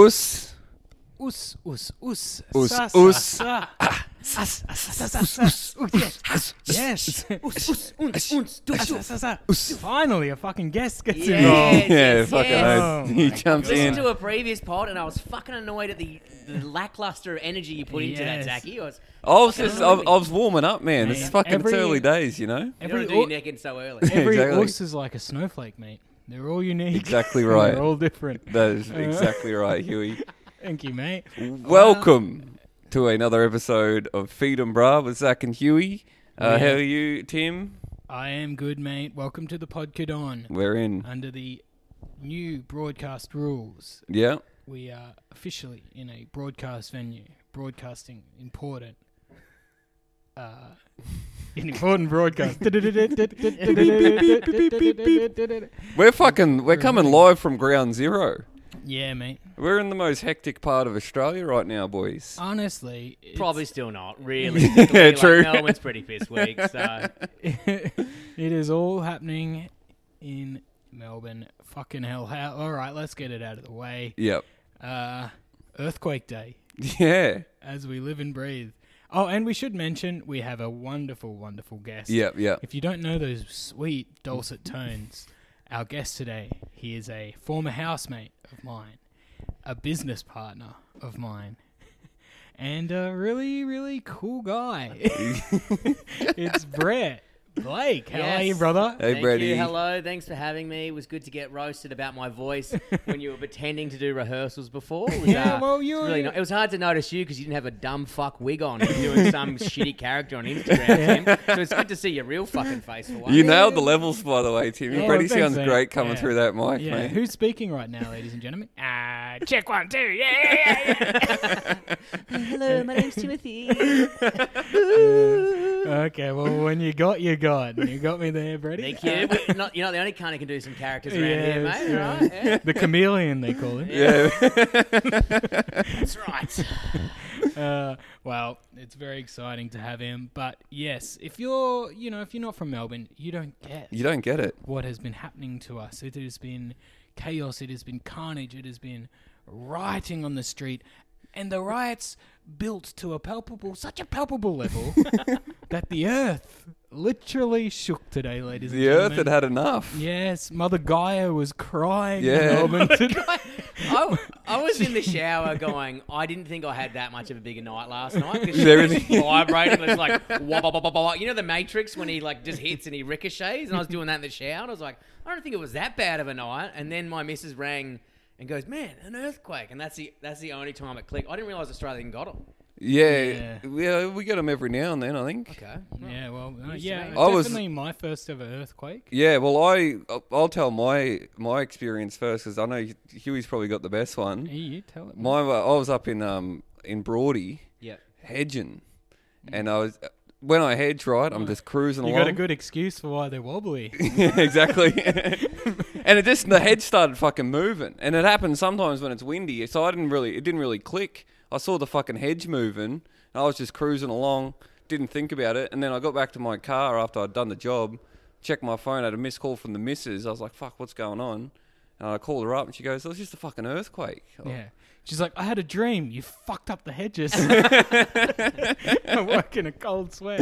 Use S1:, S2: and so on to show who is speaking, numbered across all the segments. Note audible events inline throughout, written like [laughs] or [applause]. S1: Os.
S2: Ous, ous, ous.
S1: Ous,
S2: ça,
S1: ous.
S2: Ça, ça. Ah, ça, ça, ça, ça, ça. Ous, yes. Yes. Ous, ous, uns, uns, du, ah, ça, ça, ça. Finally, a fucking guest gets in.
S1: [laughs]
S3: Yes,
S1: Oh. yeah,
S3: yes,
S1: fucking
S3: yes.
S1: right.
S2: Oh
S1: he
S2: my
S1: jumps
S3: Listen
S1: in.
S3: to a previous pod, and I was fucking annoyed at the, the lackluster energy you put into
S2: Yes.
S3: that, Zachy. I was,
S1: I was just, I, was- I
S3: Absolutely.
S1: was warming up, man. It's
S2: Man,
S1: fucking
S2: every-
S1: it's early days, you know.
S3: you don't
S2: Every,
S3: do your
S2: ou-
S3: neck in
S2: [laughs]
S3: so early.
S2: every
S1: Exactly.
S2: ous is like a snowflake, mate. They're all unique.
S1: Exactly right.
S2: [laughs] They're all different.
S1: That is exactly right, Huey.
S2: Thank you, mate.
S1: Welcome to another episode of Feed 'em Bra with Zach and Huey. Uh, How are you, Tim?
S2: I am good, mate. Welcome to the Podcadon.
S1: We're in.
S2: Under the new broadcast rules,
S1: Yeah.
S2: we are officially in a broadcast venue. Broadcasting important. Uh, [laughs] an important broadcast.
S1: We're fucking, we're coming live from ground zero.
S2: [laughs] yeah, mate.
S1: We're in the most hectic part of Australia right now,
S2: Oh.
S1: boys.
S2: Honestly, it's-
S3: Probably still
S2: [laughs]
S3: not, really. yeah,
S1: true.
S3: Like, Melbourne's pretty piss weak, so
S2: it is all happening in Melbourne. Fucking hell! How? All right, let's get it out of the way.
S1: Yep. [laughs]
S2: Uh, earthquake day.
S1: Yeah.
S2: as we live and breathe. Oh, and we should mention we have a wonderful, wonderful guest.
S1: Yep, yep.
S2: If you don't know those sweet dulcet tones, our guest today, he is a former housemate of mine, a business partner of mine, and a really, really cool
S3: [laughs]
S2: guy. it's Brett Blake. How are you,
S3: Yes.
S2: brother?
S1: Hey,
S3: Thank
S1: Brady.
S3: you. Hello, thanks for having me. It was good to get roasted about
S2: [laughs]
S3: my voice when you were pretending to do rehearsals before. It was,
S2: Yeah,
S3: uh,
S2: well,
S3: it's
S2: you were-
S3: really not- it was hard to notice you because you didn't have a dumb fuck wig on and
S2: [laughs]
S3: doing some shitty character on Instagram. Tim. So it's good to see your real fucking face for once.
S1: You nailed the levels, by the way, Tim. Your
S2: Yeah,
S1: Brady
S2: well, thanks,
S1: sounds
S2: mate.
S1: great coming
S2: Yeah.
S1: through that mic,
S2: Yeah,
S1: mate.
S2: who's speaking right now, ladies and gentlemen? Uh,
S3: [laughs]
S2: check one, two. Yeah, yeah, yeah, yeah.
S3: Hello, my name's Timothy.
S2: Okay, well, when you got, you got. You got me there, Brady.
S3: Thank you.
S2: [laughs]
S3: We're not, you're not the only kind that can do some characters around here,
S2: Yes,
S3: mate.
S2: yeah.
S3: Right? Yeah.
S2: The chameleon, they call him.
S1: Yeah.
S2: [laughs]
S3: That's right.
S2: Uh, well, it's very exciting to have him. But yes, if you're, you know, if you're not from Melbourne, you don't get
S1: [laughs] you don't get it.
S2: what has been happening to us. It has been chaos. It has been carnage. It has been rioting on the street, and the riots built to a palpable, such a
S1: [laughs]
S2: palpable level that the earth literally shook today, ladies.
S1: The
S2: and
S1: earth
S2: gentlemen.
S1: had had enough.
S2: Yes, Mother Gaia was crying. in
S1: Yeah. [laughs]
S2: Melbourne today.
S3: I, I was in the shower going, I didn't think I had that much of a bigger night last night. Because
S1: everything-
S3: everything vibrating was like, wah, wah, wah, wah, wah, wah. you know, the Matrix when he like just hits and he ricochets. And I was doing that in the shower, and I was like, I don't think it was that bad of a night. And then my missus rang and goes, man, an earthquake. And that's the that's the only time it clicked. I didn't realize Australia even got it.
S1: Yeah,
S2: Yeah.
S1: yeah, we get them every now and then, I think.
S3: Okay.
S2: Yeah, well, uh,
S3: Used to
S2: yeah,
S3: be.
S1: I was-
S2: definitely my first ever earthquake.
S1: Yeah, well, I I'll tell my my experience first because I know Huey's probably got the best one.
S2: You tell it.
S1: My I was up in um in Broady
S3: Yep.
S1: hedging, and I was uh, when I hedge right, I'm just cruising
S2: Mm. You
S1: along.
S2: got a good excuse for why they're wobbly.
S1: yeah, [laughs] exactly. and it just the head started fucking moving, and it happens sometimes when it's windy. So I didn't really, it didn't really click. I saw the fucking hedge moving, and I was just cruising along, didn't think about it. And then I got back to my car after I'd done the job, checked my phone, had a missed call from the missus. I was like, "Fuck, what's going on?" And I called her up, and she goes, "It was just a fucking earthquake."
S2: yeah. She's like, I had a dream. You fucked up the hedges. I woke in a cold sweat.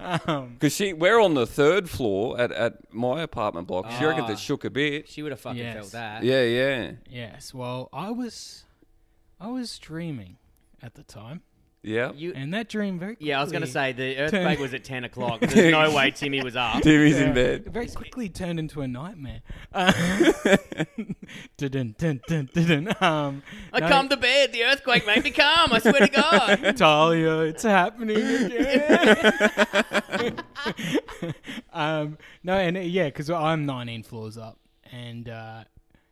S2: Um,
S1: Because she, we're on the third floor at, at my apartment block. She reckons
S3: Ah.
S1: it shook a bit.
S3: She would have fucking
S2: Yes.
S3: felt that.
S1: Yeah, yeah,
S2: yes. Well, I was, I was dreaming at the time,
S1: yeah.
S3: You,
S2: and that dream very quickly,
S3: yeah, I was going to say the earthquake was at
S2: [laughs]
S3: 10 o'clock. There's no way Timmy was up.
S1: Timmy's in bed.
S2: very quickly turned into a
S3: [laughs]
S2: nightmare. [laughs] Uh, dun, dun, dun, dun, dun. Um,
S3: I
S2: no,
S3: come to bed. The earthquake made me calm. I swear to God.
S2: Talia, it's happening again. um, no, and uh, yeah, because I'm 19 floors up, and uh,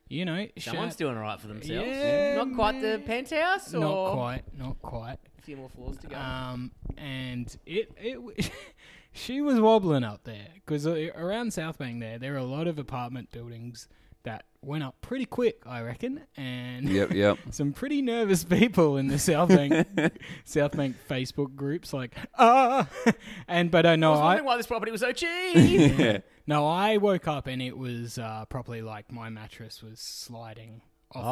S2: you know,
S3: Someone's
S2: shout-
S3: doing all right for themselves.
S2: Yeah,
S3: not quite the
S2: man.
S3: penthouse, or
S2: not quite, not quite.
S3: A few more floors to go.
S2: Um, and it it w- [laughs] she was wobbling up there because around South Bank there there are a lot of apartment buildings that went up pretty quick, I reckon, and
S1: Yep, yep.
S2: some pretty nervous people in the South Bank
S1: [laughs]
S2: South Bank Facebook groups like ah [laughs] and but I know
S3: I was
S2: I
S3: wondering why this property was
S2: [laughs]
S3: so cheap.
S1: yeah.
S2: no I woke up and it was uh, probably like my mattress was sliding off.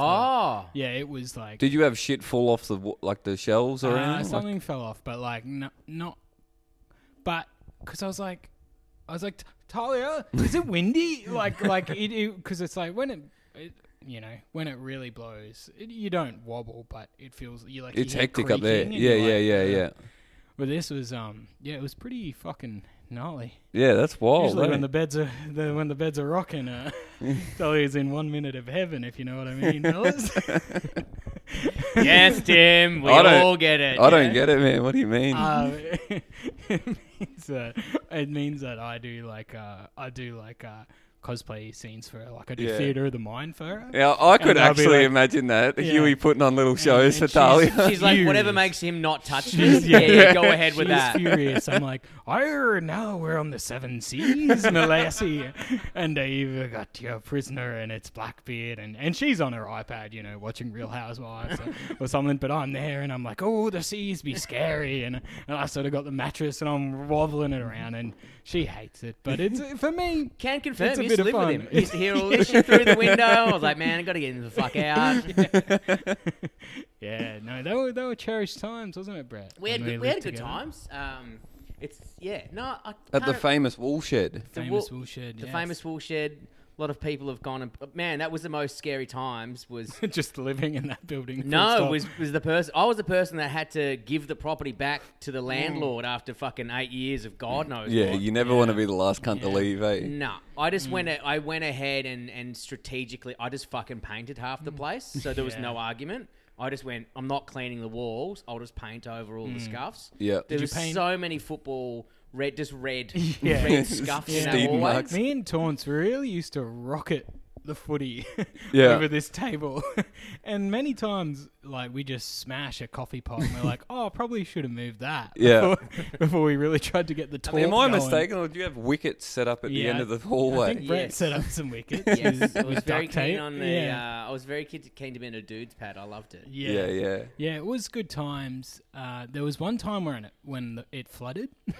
S3: Oh.
S2: The, yeah, it was like
S1: Ah. Did you have shit fall off the wa- like the shelves or
S2: uh,
S1: anything? Like-
S2: something fell off, but like no, not. But because I was like, I was like, Talia, is it windy?
S1: [laughs]
S2: like, like it because it's like when it, it, you know, when it really blows, it, you don't wobble, but it feels you like you
S1: it's
S2: hear
S1: hectic up there.
S2: creaking and
S1: Yeah,
S2: you're
S1: yeah,
S2: like, "Uh,
S1: yeah,
S2: "Ugh."
S1: yeah.
S2: But this was um, yeah, it was pretty fucking gnarly.
S1: Yeah, that's wild.
S2: Usually when
S1: eh?
S2: the beds are the, when the beds are rocking, uh, Talia's in one minute of heaven, if you know [laughs] what I mean. fellas.
S3: yes, Tim.
S1: [laughs]
S3: We
S1: I don't-
S3: all get it.
S1: I don't get it, man. What do you mean?
S2: Uh, [laughs] it means that it means that I do like uh, I do like uh, cosplay scenes for her. Like I do
S1: Yeah.
S2: theater of the mind for her.
S1: yeah, I could
S2: and I'll be
S1: actually
S2: like-
S1: imagine that.
S2: Yeah.
S1: Huey putting on little shows for
S2: and she's- [laughs]
S1: Talia.
S3: She's like, whatever
S2: Furious.
S3: makes him not touch me.
S2: She's-
S3: Yeah,
S2: yeah.
S3: yeah, go ahead with
S2: She's
S3: that.
S2: furious. I'm like, I now we're on the seven seas,
S3: [laughs]
S2: Malassie, and I've got your prisoner, and it's Blackbeard, and, and she's on her iPad, you know, watching Real Housewives
S3: [laughs]
S2: or, or something. But I'm there, and I'm like, oh, the seas be scary, and and I sort of got the mattress, and I'm wobbling it around, and she hates it, but
S3: [laughs]
S2: it's for me.
S3: Can confirm.
S2: It's a
S3: I used to
S2: bit of
S3: live with
S2: fun.
S3: him. I used to hear all this shit through the window. I was like, man, I gotta get him the
S2: [laughs]
S3: fuck out.
S2: Yeah, no, they were they were cherished times, wasn't it, Brett?
S3: We had
S2: when
S3: good, we
S2: lived
S3: had good
S2: together?
S3: times. Um, it's yeah. No, I
S1: At the
S3: can't-
S1: famous wool shed.
S3: the
S2: Famous
S3: wool-
S2: Woolshed,
S3: the
S2: yes.
S3: famous wool shed. A lot of people have gone and man, that was the most scary times. Was
S2: [laughs] Just living in that building. full
S3: No,
S2: stop.
S3: it was was the person. I was the person that had to give the property back to
S2: Mm.
S3: the landlord after fucking eight years of God knows.
S1: Yeah,
S3: what.
S1: you never want to be the last cunt to leave,
S2: Mm.
S1: eh?
S3: No, I just went. a- I went ahead and and strategically, I just fucking painted half the place, so there was
S2: Mm. [laughs] Yeah.
S3: no argument. I just went. I'm not cleaning the walls. I'll just paint over all the scuffs.
S1: Yeah. Did
S2: Mm.
S3: there
S2: you
S3: was
S2: paint-
S3: so many football red, just
S2: [laughs]
S3: red,
S2: Yeah.
S3: red scuffs in that
S1: Steam
S3: hallway.
S1: marks.
S2: Me and Taunts really used to rocket the footy [laughs]
S1: Yeah.
S2: over this table. [laughs] and many times, like, we just smash a coffee pot and we're like, oh, I probably should have moved that.
S1: [laughs] Yeah.
S2: Before, [laughs] before we really tried to get the taunt
S1: Am I
S2: going.
S1: mistaken, or do you have wickets set up at the
S2: Yeah,
S1: end of the
S2: I
S1: hallway?
S2: think Brett
S3: Yes.
S2: set up some wickets.
S3: [laughs]
S2: [laughs]
S3: Yes,
S2: with-
S3: I was
S2: with
S3: very
S2: duct tape.
S3: keen on the.
S2: Yeah.
S3: Uh, I was very keen to, keen to be in a dude's pad. I loved it.
S2: yeah.
S1: yeah,
S2: yeah.
S1: yeah.
S2: it was good times. Uh, there was one time when it, when the, it flooded. [laughs]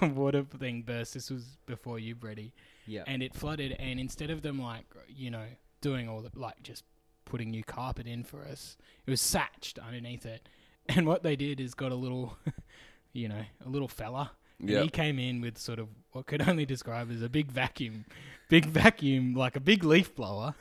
S2: A water thing burst. This was before you, Bretty.
S3: Yeah,
S2: and it flooded and instead of them like you know doing all the like just putting new carpet in for us it was satched underneath it [laughs] and what they did is got a little [laughs] you know a little fella and
S1: Yep.
S2: he came in with sort of what could [laughs] only describe as a big vacuum big vacuum like a big leaf blower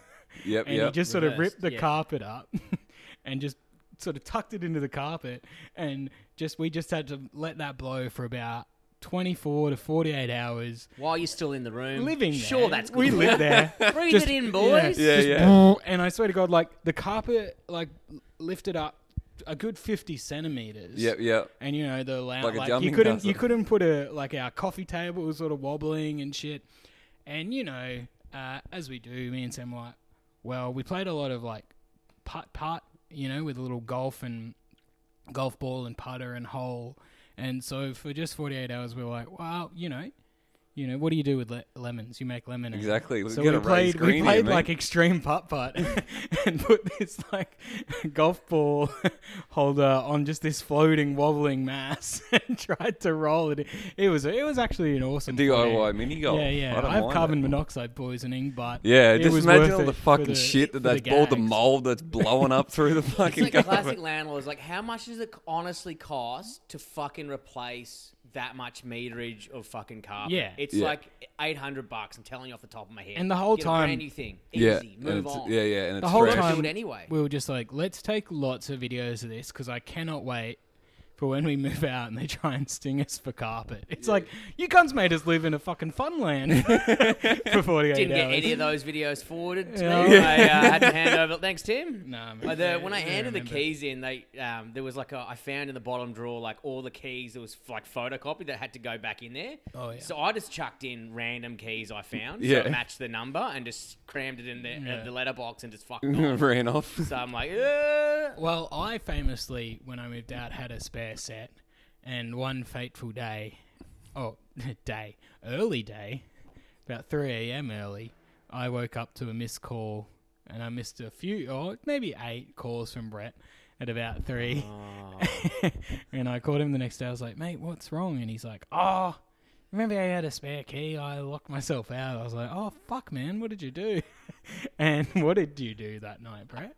S1: Yep,
S2: and he
S1: yep.
S2: just sort of
S3: Reversed,
S2: ripped the
S3: yeah.
S2: carpet up [laughs] and just sort of tucked it into the carpet and just we just had to let that blow for about 24 to 48 hours
S3: while you're still in the room,
S2: living there.
S3: Sure, that's good.
S2: we live
S3: [laughs]
S2: there.
S3: Breathe
S2: Just-
S3: it in, boys.
S1: Yeah,
S2: just
S1: yeah.
S2: boom, and I swear to God, like the carpet, like lifted up a good fifty centimeters.
S1: Yep, yep.
S2: And you know the loud,
S1: Like
S2: like,
S1: a jumping
S2: you couldn't you
S1: castle.
S2: couldn't put a like our coffee table was sort of wobbling and shit. And you know, uh, as we do, me and Sam were like, well, we played a lot of like putt putt, you know, with a little golf and golf ball and putter and hole. And so for just 48 hours, we were like, well, you know, you know, what do you do with le- lemons? You make lemonade.
S1: Exactly. We've
S2: So
S1: got
S2: we
S1: a raised
S2: played,
S1: green
S2: we
S1: here,
S2: played
S1: mate.
S2: like extreme putt putt [laughs] and put this like golf ball [laughs] holder on just this floating wobbling mass [laughs] and tried to roll it. It was it was actually an awesome
S1: DIY
S2: footy.
S1: mini golf.
S2: Yeah,
S1: I
S2: yeah.
S1: don't
S2: I, have
S1: mind
S2: carbon
S1: it.
S2: monoxide poisoning, but
S1: Yeah,
S2: it
S1: just
S2: was
S1: imagine
S2: worth
S1: all
S2: it
S1: the
S2: for
S1: fucking shit
S2: for
S1: that that's all the
S2: gags.
S1: mold that's blowing up through the fucking
S3: It's like a
S1: carpet.
S3: classic landlord. It's like, how much does it honestly cost to fucking replace that much meterage of fucking carpet?
S2: Yeah.
S3: it's
S1: Yeah.
S3: like eight hundred bucks. I'm telling you off the top of my head.
S2: And the whole
S3: Get a
S2: time-
S3: brand new thing. Easy.
S1: Yeah, and
S3: Move
S1: it's-
S3: on.
S1: yeah, yeah, and it's
S2: The whole
S1: fresh. [laughs]
S2: time
S3: do it anyway.
S2: we were just like, let's take lots of videos of this because I cannot wait for when we move out and they try and sting us for carpet. It's like you cunts made us live in a fucking fun land [laughs] for 48
S3: Didn't get
S2: hours.
S3: any of those videos forwarded to
S2: Yeah.
S3: me. I uh, had to hand over.
S2: [laughs]
S3: Thanks, Tim.
S2: Nah,
S3: Uh,
S2: man.
S3: the- when I
S2: Yeah,
S3: handed the
S2: remember.
S3: keys in, they um, there was like a, I found in the bottom drawer like all the keys that was like photocopied that had to go back in there.
S2: Oh, yeah.
S3: So I just chucked in random keys I found.
S1: Yeah.
S3: So it matched the number and just crammed it in the, uh,
S2: Yeah.
S3: the letterbox and just fucked off.
S1: Ran off.
S3: so I'm like, "Uh."
S2: Well, I famously, when I moved out, had a spare set, and one fateful day, oh, [laughs] day, early day, about 3 a.m. early, I woke up to a missed call, and I missed a few, or maybe eight calls from Brett at about [laughs] 3. and I called him the next day. I was like, mate, what's wrong? And he's like, oh, remember I had a spare key? I locked myself out. I was like, oh, fuck, man, what did you do? [laughs] and what did you do that night, Brett?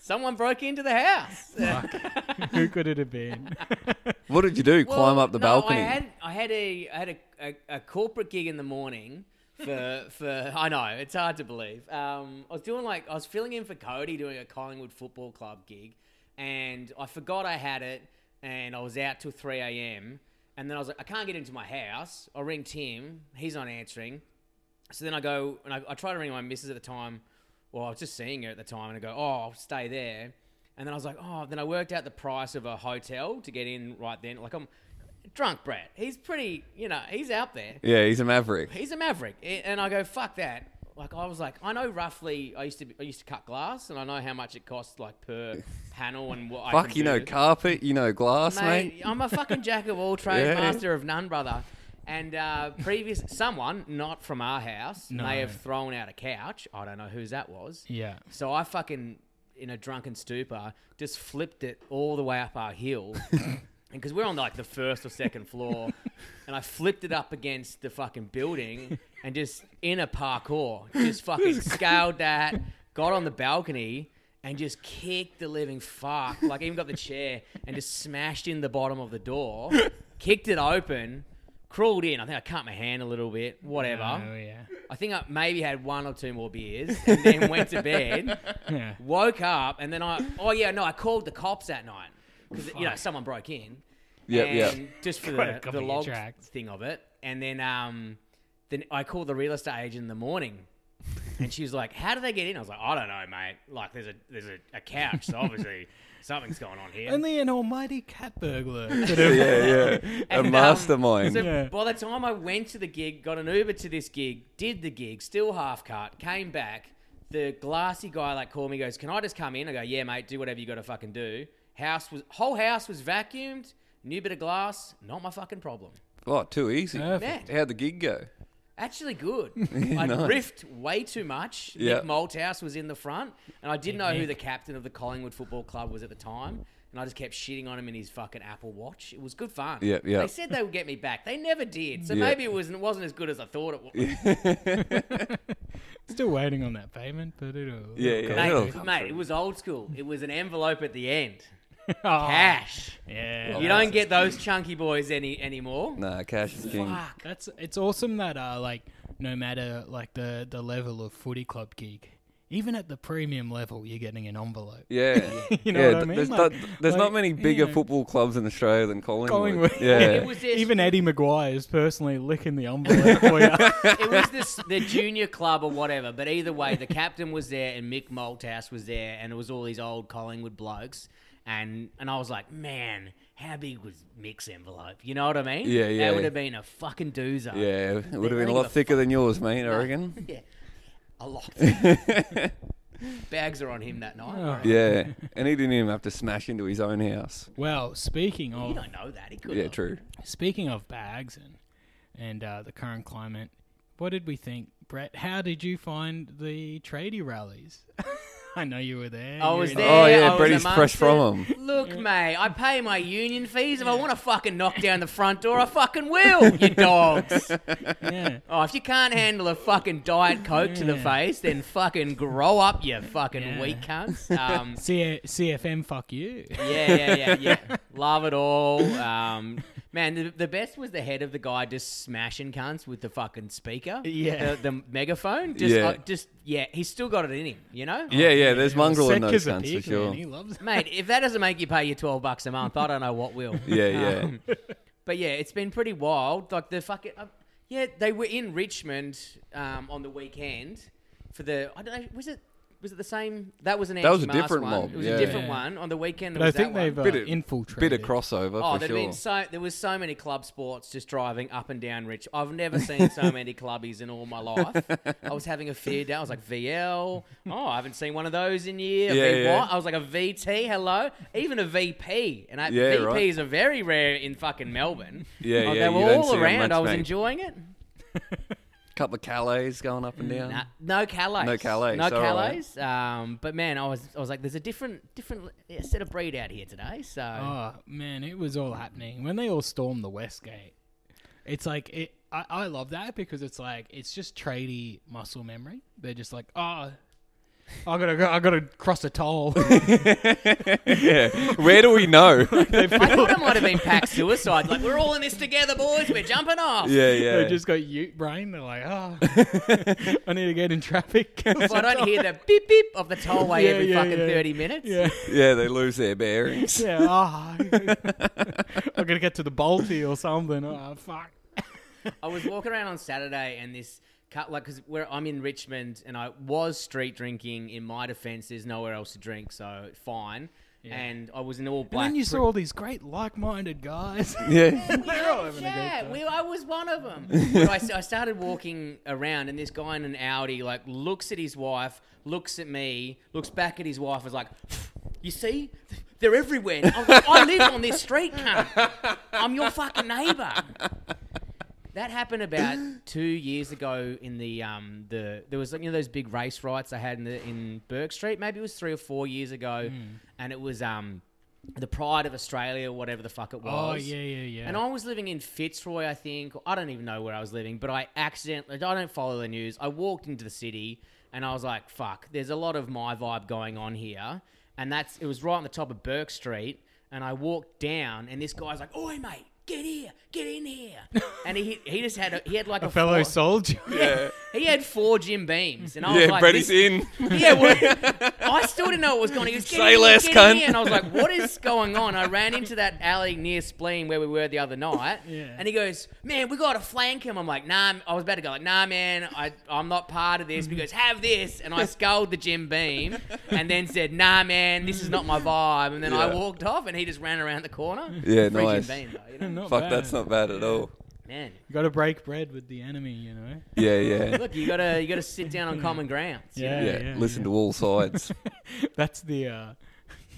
S3: Someone broke into the
S2: [laughs]
S3: house.
S2: Who could it have been?
S1: What did you do? Climb
S3: Well,
S1: up the
S3: no,
S1: balcony.
S3: I had I had a I had a, a, a corporate gig in the morning for [laughs] for I know it's hard to believe. Um, I was doing like I was filling in for Cody doing a Collingwood Football Club gig, and I forgot I had it, and I was out till three a.m. And then I was like, I can't get into my house. I ring Tim, he's not answering. So then I go and I, I try to ring my missus at the time. Well, I was just seeing her at the time, and I go, "Oh, I'll stay there." And then I was like, "Oh." Then I worked out the price of a hotel to get in right then. Like I'm drunk, Brad. He's pretty, you know, he's out there.
S1: yeah, he's a maverick.
S3: He's a maverick, A- and I go fuck that. Like I was like, I know roughly. I used to be, I used to cut glass, and I know how much it costs like per [laughs] panel and what. I
S1: Fuck,
S3: can
S1: you know
S3: do.
S1: carpet, you know glass, mate.
S3: Mate, I'm a fucking jack of all trades,
S1: Yeah.
S3: master of none, brother. And uh, previous someone, not from our house,
S2: No.
S3: may have thrown out a couch. I don't know whose that was.
S2: [laughs] yeah.
S3: So I fucking, in a drunken stupor, just flipped it all the way up our hill. Because we're on like the first or second floor, and I flipped it up against the fucking building and just in a parkour, just fucking scaled that, got on the balcony and just kicked the living fuck. Like, even got the chair and just smashed in the bottom of the door, kicked it open, crawled in. I think I cut my hand a little bit, whatever.
S2: Oh, yeah.
S3: I think I maybe had one or two more beers and then went to bed,
S2: Yeah.
S3: woke up, and then I, oh yeah, no, I called the cops that night because, you know, someone broke in.
S1: Yep, yep.
S3: [laughs] and Just for
S2: Gotta
S3: the,
S2: copy
S3: the
S2: your
S3: log
S2: tracks.
S3: thing of it. And then, um, then I called the real estate agent in the morning and she was like, how do they get in? I was like, I don't know, mate. Like, there's a, there's a, a couch, so obviously something's going on here.
S2: [laughs] Only an almighty cat burglar. could
S1: Yeah,
S2: have-
S1: yeah. [laughs] A
S3: And, um,
S1: mastermind.
S3: So
S2: Yeah.
S3: by the time I went to the gig, got an Uber to this gig, did the gig, still half cut, came back. The glassy guy like called me, goes, "Can I just come in?" I go, "Yeah, mate. Do whatever you got to fucking do." House was whole house was vacuumed. New bit of glass, not my fucking problem.
S1: oh, too easy.
S2: Perfect.
S3: Mad.
S1: How'd the gig go?
S3: Actually,
S1: [laughs]
S3: good. I riffed way too much.
S1: Yeah. Mm-hmm.
S3: Nick Malthouse was in the front, and I didn't know who the captain of the Collingwood Football Club was at the time. And I just kept shitting on him in his fucking Apple Watch. It was good fun.
S1: Yeah, yeah.
S3: They said they would get me back. They never did. So
S1: Yeah.
S3: maybe it wasn't wasn't as good as I thought it was.
S2: Still waiting on that payment, but it'll.
S1: Yeah, yeah.
S2: it'll come.
S1: it'll
S3: Mate,
S1: come
S3: mate, it was old school. It was an envelope at the end,
S2: [laughs] Oh,
S3: cash.
S2: Yeah.
S1: Oh,
S3: You
S1: that's-
S3: don't get those chunky boys any anymore.
S1: Nah, cash is king.
S3: Fuck.
S2: That's it's awesome that uh like no matter like the the level of footy club gig, even at the premium level, you're getting an envelope.
S1: Yeah,
S2: You know
S1: yeah,
S2: what I
S1: th-
S2: mean?
S1: There's, not,
S2: Like-
S1: there's
S2: like,
S1: not many bigger
S2: you know.
S1: football clubs in Australia than Collingwood.
S2: Collingwood. [laughs]
S1: Yeah,
S3: It was this,
S2: Even Eddie McGuire's personally licking the envelope for
S1: [laughs]
S2: you.
S3: it was this the junior club or whatever. But either way, the captain was there and Mick Malthouse was there, and it was all these old Collingwood blokes. And and I was like, man, how big was Mick's envelope? You know what I mean?
S1: Yeah, yeah.
S3: That would have been a fucking doozer. [laughs]
S1: yeah, it would have been a
S3: only
S1: lot
S3: got
S1: thicker than yours, mate. I reckon.
S3: yeah,
S1: [laughs]
S3: a lot. Bags are on him that night. I reckon.
S1: Yeah, and he didn't even have to smash into his own house.
S2: well, speaking
S3: You
S2: of
S3: don't know that. He could.
S1: Yeah,
S3: have.
S1: true.
S2: Oh, speaking of bags and and uh, the current climate, what did we think, Brett? How did you find the tradie rallies? [laughs] I know you were there.
S3: I
S2: you
S3: was
S2: were-
S3: there.
S1: Oh, yeah,
S3: I was
S1: Brady's fresh from
S3: amongst it. Look, mate, I pay my union fees. If I want to fucking knock down the front door, I fucking will. You dogs.
S2: Yeah.
S3: Oh, if you can't handle a fucking diet coke to the
S2: Yeah.
S3: face, then fucking grow up, you fucking
S2: Yeah. [laughs]
S3: weak cunts. Um,
S2: C- CFM, fuck you.
S3: [laughs] yeah, yeah, yeah, yeah. Love it all. Um, man, the, the best was the head of the guy just smashing cunts with the fucking speaker.
S2: Yeah.
S3: The, the megaphone. Just,
S1: Yeah.
S3: uh, just, yeah, he's still got it in him, you know?
S1: Yeah, yeah. There's mongrel in
S2: Sick
S1: those
S2: as a
S1: cunts for
S2: pig,
S1: sure.
S2: man. He loves it.
S3: Mate, if that doesn't make you pay your 12 bucks a month, I don't know what
S1: [laughs]
S3: will. Um,
S1: Yeah,
S2: [laughs]
S1: yeah.
S3: But yeah, it's been pretty wild. Like the fucking uh, yeah, they were in Richmond um, on the weekend for the I don't know was it was it the same? That was an
S1: That was a
S3: anti-mask
S1: different
S3: one.
S1: mob,
S3: It was
S1: yeah.
S3: a different
S2: Yeah.
S3: one on the weekend. it
S2: But I
S3: was
S2: think
S3: that
S2: they've
S3: one.
S2: uh,
S1: Bit of-
S2: infiltrated.
S1: Bit of crossover
S3: Oh,
S1: for
S3: there'd
S1: sure.
S3: been so there was so many club sports just driving up and down Rich. I've never
S1: [laughs]
S3: seen so many clubbies in all my life. I was having a fair day. I was like VL. Oh, I haven't seen one of those in years.
S1: Yeah,
S3: Yeah,
S1: yeah.
S3: I was like a VT. Hello, even a VP, and that
S1: Yeah,
S3: VPs
S1: right.
S3: are very rare in fucking Melbourne.
S1: Yeah, yeah,
S3: Oh, They
S1: you
S3: were
S1: don't
S3: all
S1: see 'em
S3: around.
S1: much,
S3: I was
S1: mate.
S3: enjoying it.
S1: Couple of Calais going up
S2: Mm,
S1: and down.
S3: Nah, Uh, no Calais.
S1: No Calais,
S3: No
S1: all right.
S3: Calais. Um, but man, I was I was like, there's a different different yeah, set of breed out here today. So
S2: Oh man, it was all happening when they all stormed the West Gate. It's like it. I, I love that because it's like it's just tradie muscle memory. They're just like, oh, I gotta go. I gotta cross a toll.
S1: [laughs]
S2: [laughs]
S1: yeah. Where do we know?
S3: I thought it might have been pack suicide. Like we're all in this together, boys. We're jumping off.
S1: yeah,
S2: they
S1: yeah.
S2: just got Ute brain. They're like,
S1: [laughs]
S2: oh, I need to get in traffic. [laughs]
S3: So I don't hear the beep beep of the tollway
S2: Yeah,
S3: every
S2: yeah,
S3: fucking
S2: yeah.
S3: thirty minutes.
S2: yeah.
S1: yeah, they lose their bearings.
S2: [laughs] Yeah, [laughs] ah, I'm gonna get to the Balti or something. Oh, fuck.
S3: I was walking around on Saturday and this cut like because where I'm in Richmond and I was street drinking. In my defence, there's nowhere else to drink, so fine. And I was in all
S2: And
S3: black.
S2: then you
S3: pre-
S2: saw all these great like-minded guys.
S1: [laughs] [laughs]
S2: [laughs]
S1: Yeah.
S2: They're all having a
S3: Yeah,
S2: great time.
S3: we, I was one
S2: [laughs]
S3: of them. but I, s- I started walking around, and this guy in an Audi like looks at his wife, looks at me, looks back at his wife, is like, "You see, they're everywhere. I, was like, I live on this street, cunt. I'm your fucking neighbour." That happened about two years ago in the um the there was like you know those big race riots I had in the, in Burke Street. Maybe it was three or four years ago,
S2: Hmm.
S3: and it was um. The Pride of Australia, whatever the fuck it
S2: Oh
S3: was.
S2: yeah, yeah, yeah.
S3: And I was living in Fitzroy, I think. I don't even know where I was living, but I accidentally, I don't follow the news. I walked into the city and I was like, fuck, there's a lot of my vibe going on here. And that's, it was right on the top of Burke Street. And I walked down and this guy's like, oi, mate, get here, get
S2: [laughs]
S3: in here. and he, he just had, a, he had like a,
S2: fellow
S3: four-
S2: soldier.
S1: Yeah,
S3: He had four Jim Beams. And I
S2: Oh,
S3: was
S1: yeah
S3: like,
S1: Brady's
S3: this-
S2: [laughs]
S1: in.
S3: yeah, well, I still didn't know what was going on. He was getting
S1: Say
S3: in,
S1: less,
S3: get in
S1: cunt.
S3: here. And I was like, what is going on? I ran into that alley near Spleen where we were the other night.
S2: Yeah.
S3: And he goes, man, we got to flank him. I'm like, nah, I was about to go like, nah, man, I, I'm not part of this. He goes, have this. And I sculled the Jim Beam and then said, nah, man, this is not my vibe. And then
S1: Yeah.
S3: I walked off and he just ran around the corner.
S1: [laughs] Yeah,
S3: Free
S1: nice.
S3: Jim Beam, though, you
S2: [laughs]
S3: know?
S2: Not
S1: Fuck,
S2: bad.
S1: that's not bad at all.
S3: Man.
S2: You got to break bread with the enemy, you know.
S1: Yeah,
S2: [laughs]
S1: yeah.
S3: Look, you gotta you gotta sit down on common grounds. you know?
S2: Yeah,
S1: Yeah,
S2: yeah,
S1: listen
S2: yeah.
S1: to all sides.
S2: [laughs] That's the uh, [laughs]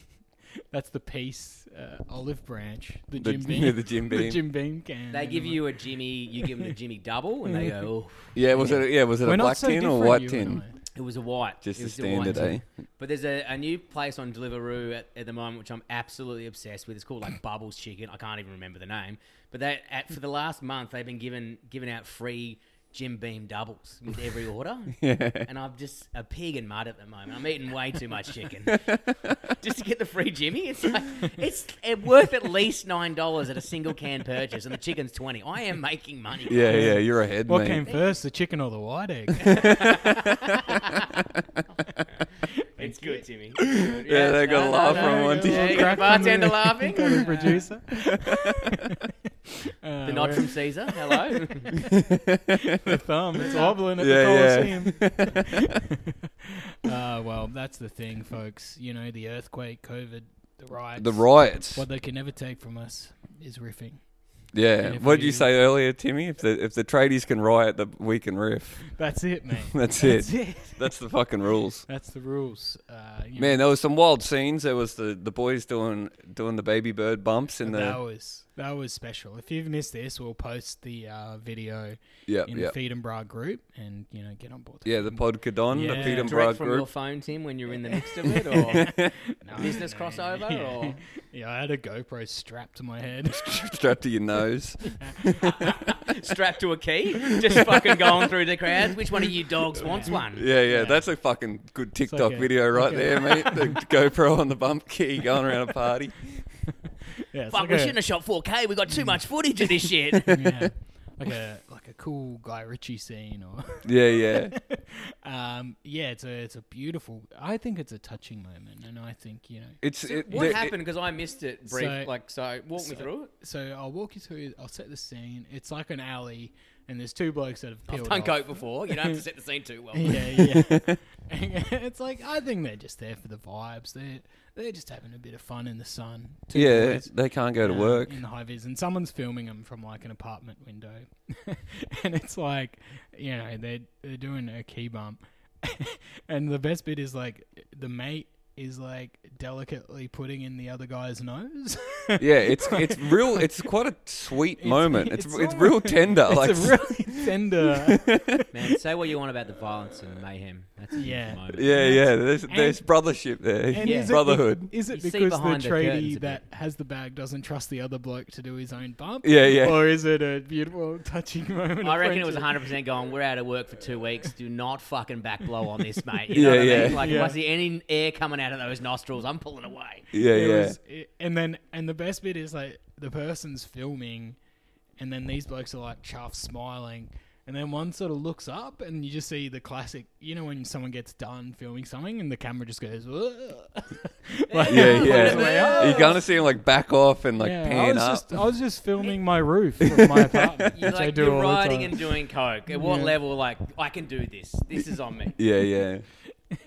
S2: that's the peace uh, olive branch. The
S1: The- [laughs]
S2: Jim
S1: yeah,
S2: Beam.
S1: the Jim
S2: [laughs] The
S1: Beam.
S2: Jim Beam can.
S3: They give you a Jimmy, you give them a Jimmy double, and they go, oh,
S1: Yeah, was it? Yeah, was it
S2: We're
S1: a
S2: not
S1: black
S2: so
S1: tin or
S2: different,
S1: white
S2: you and
S1: tin?
S3: It was a white.
S1: Just
S3: it
S1: the
S3: was
S1: standard,
S3: white tin.
S1: eh?
S3: But there's a, a new place on Deliveroo at, at the moment which I'm absolutely obsessed with. It's
S1: [clears throat]
S3: called like Bubbles Chicken. I can't even remember the name. But they at, for the last month they've been giving giving out free Jim Beam doubles
S1: [laughs]
S3: with every order.
S1: Yeah.
S3: And I'm just a pig in mud at the moment. I'm eating way too much
S1: [laughs]
S3: chicken just to get the free Jimmy. It's like, it's uh, worth at least nine dollars at a single can purchase, and the chicken's twenty. I am making money.
S1: Yeah, yeah. You're ahead,
S2: What
S1: mate.
S2: came first, the chicken or the
S1: [laughs]
S2: white egg?
S3: It's good, Jimmy.
S1: Yeah, they got a laugh
S2: no,
S1: from
S2: no,
S1: one
S2: no,
S1: team.
S2: no,
S3: Yeah, you
S2: crack
S3: got
S2: [laughs]
S3: a bartender
S2: from the-
S1: [laughs]
S3: laughing.
S2: from the [laughs] producer. uh,
S3: The nod
S2: we're-
S3: [laughs] from Caesar.
S1: [laughs]
S3: Hello. [laughs]
S2: the thumb. It's wobbling at
S1: Yeah,
S2: the
S1: [laughs]
S2: Coliseum. [laughs] uh, well, that's the thing, folks. You know, the earthquake, COVID, the riots.
S1: The riots.
S2: What they can never take from us is riffing.
S1: yeah.
S2: and if
S1: What did
S2: we-
S1: you say earlier, Timmy? If the if the tradies can riot, the we can riff. [laughs]
S2: That's it, mate.
S1: That's
S2: That's
S1: it.
S2: it.
S1: That's the fucking
S2: [laughs]
S1: rules.
S2: That's the rules. Uh, you
S1: Man, there was some wild scenes. There was the, the boys doing doing the baby bird bumps in
S2: know, that
S1: the
S2: was that was special. If you've missed this, we'll post the uh, video
S1: yeah
S2: in
S1: yeah
S2: the Feed and Bra group, and you know, get on board.
S1: yeah the podcadon
S2: Yeah.
S1: the Pete and Brad
S3: Direct from your
S1: group.
S3: phone, Tim, when you're in the [laughs] midst of it, or
S2: No,
S3: business
S2: [laughs] no,
S3: crossover,
S2: yeah.
S3: or
S2: yeah, I had a GoPro strapped to my head.
S1: [laughs] strapped to your nose.
S3: strapped to a key, just fucking going through the crowds. Which one of you dogs wants one?
S1: Yeah, yeah, that's a fucking good
S2: like
S1: TikTok
S2: a-
S1: video right
S2: like a-
S1: there, mate. The GoPro on the bump [laughs] key going around a party.
S2: [laughs] Yeah, it's
S3: Fuck,
S2: like
S3: we
S2: a- [laughs]
S3: shouldn't have shot 4K. We got too much footage of this shit.
S2: yeah, like a like a cool Guy Ritchie scene, or [laughs]
S1: Yeah, yeah.
S2: um, yeah, it's a it's a beautiful. I think it's a touching moment, and I think you know.
S1: It's
S3: So
S1: it,
S3: what
S1: the- it-
S3: happened? Because I missed it. Brief,
S2: So-
S3: like so. Walk
S2: so-
S3: me through it.
S2: So I'll walk you through. I'll set the scene. It's like an alley, and there's two blokes that have
S3: I've
S2: peeled
S3: done
S2: off.
S3: coke before. You don't have to set the scene too [laughs]
S2: [laughs]
S3: well.
S2: Yeah, yeah. [laughs] it's like I think they're just there for the vibes. They're they're just having a bit of fun in the sun. Two
S1: yeah,
S2: boys.
S1: they can't go to
S2: um,
S1: work.
S2: in the high vis, and someone's filming them from like an apartment window, [laughs] and it's like, you know, they're they're doing a key bump, [laughs] and the best bit is like the mate is like delicately putting in the other guy's nose. [laughs]
S1: Yeah, it's it's real. It's quite a sweet
S2: [laughs]
S1: moment. It's it's,
S2: almo-
S1: real tender.
S2: [laughs] It's
S1: like
S2: a really tender.
S3: Man, say what you want about the violence and mayhem. That's
S4: That's it
S2: Yeah.
S4: at the moment.
S1: [laughs] Yeah, yeah. There's, there's
S2: And-
S1: brothership there,
S2: And
S1: yeah.
S2: is it be-
S1: brotherhood.
S2: is it
S3: You see
S2: because the
S3: behind the curtains
S2: tradie
S3: a
S2: that has the bag doesn't trust the other bloke to do his own bump?
S1: Yeah, yeah.
S2: Or is it a beautiful, touching moment?
S3: I
S2: of
S3: reckon it was
S2: friendship?
S3: 100% going, we're out of work for two weeks. Do not fucking back blow on this, mate.
S1: [laughs]
S3: You
S1: Yeah,
S3: know what I
S1: yeah.
S3: mean? Like,
S2: Yeah.
S3: if I see any air coming out of those nostrils, I'm pulling away.
S1: yeah,
S2: It
S1: yeah.
S2: was- it- and then and the best bit is like the person's filming, and then these blokes are like chuffed smiling, and then one sort of looks up, and you just see the classic. You know when someone gets done filming something, and the camera just goes.
S3: [laughs]
S2: like,
S1: [laughs]
S2: [laughs]
S1: yeah,
S2: pulls away
S1: yeah.
S2: up.
S1: You're gonna see him like back off and like
S2: Yeah, I
S1: pan
S2: was
S1: up.
S2: just I was just filming my
S1: [laughs]
S2: roof of my apartment,
S3: You're
S2: which I
S3: like,
S2: do
S3: you're
S2: all the
S3: riding
S2: time.
S3: and doing coke. At what
S2: Yeah.
S3: level, like, I can do this. This is on
S1: [laughs]
S3: me.
S1: yeah,
S2: [laughs]
S1: yeah,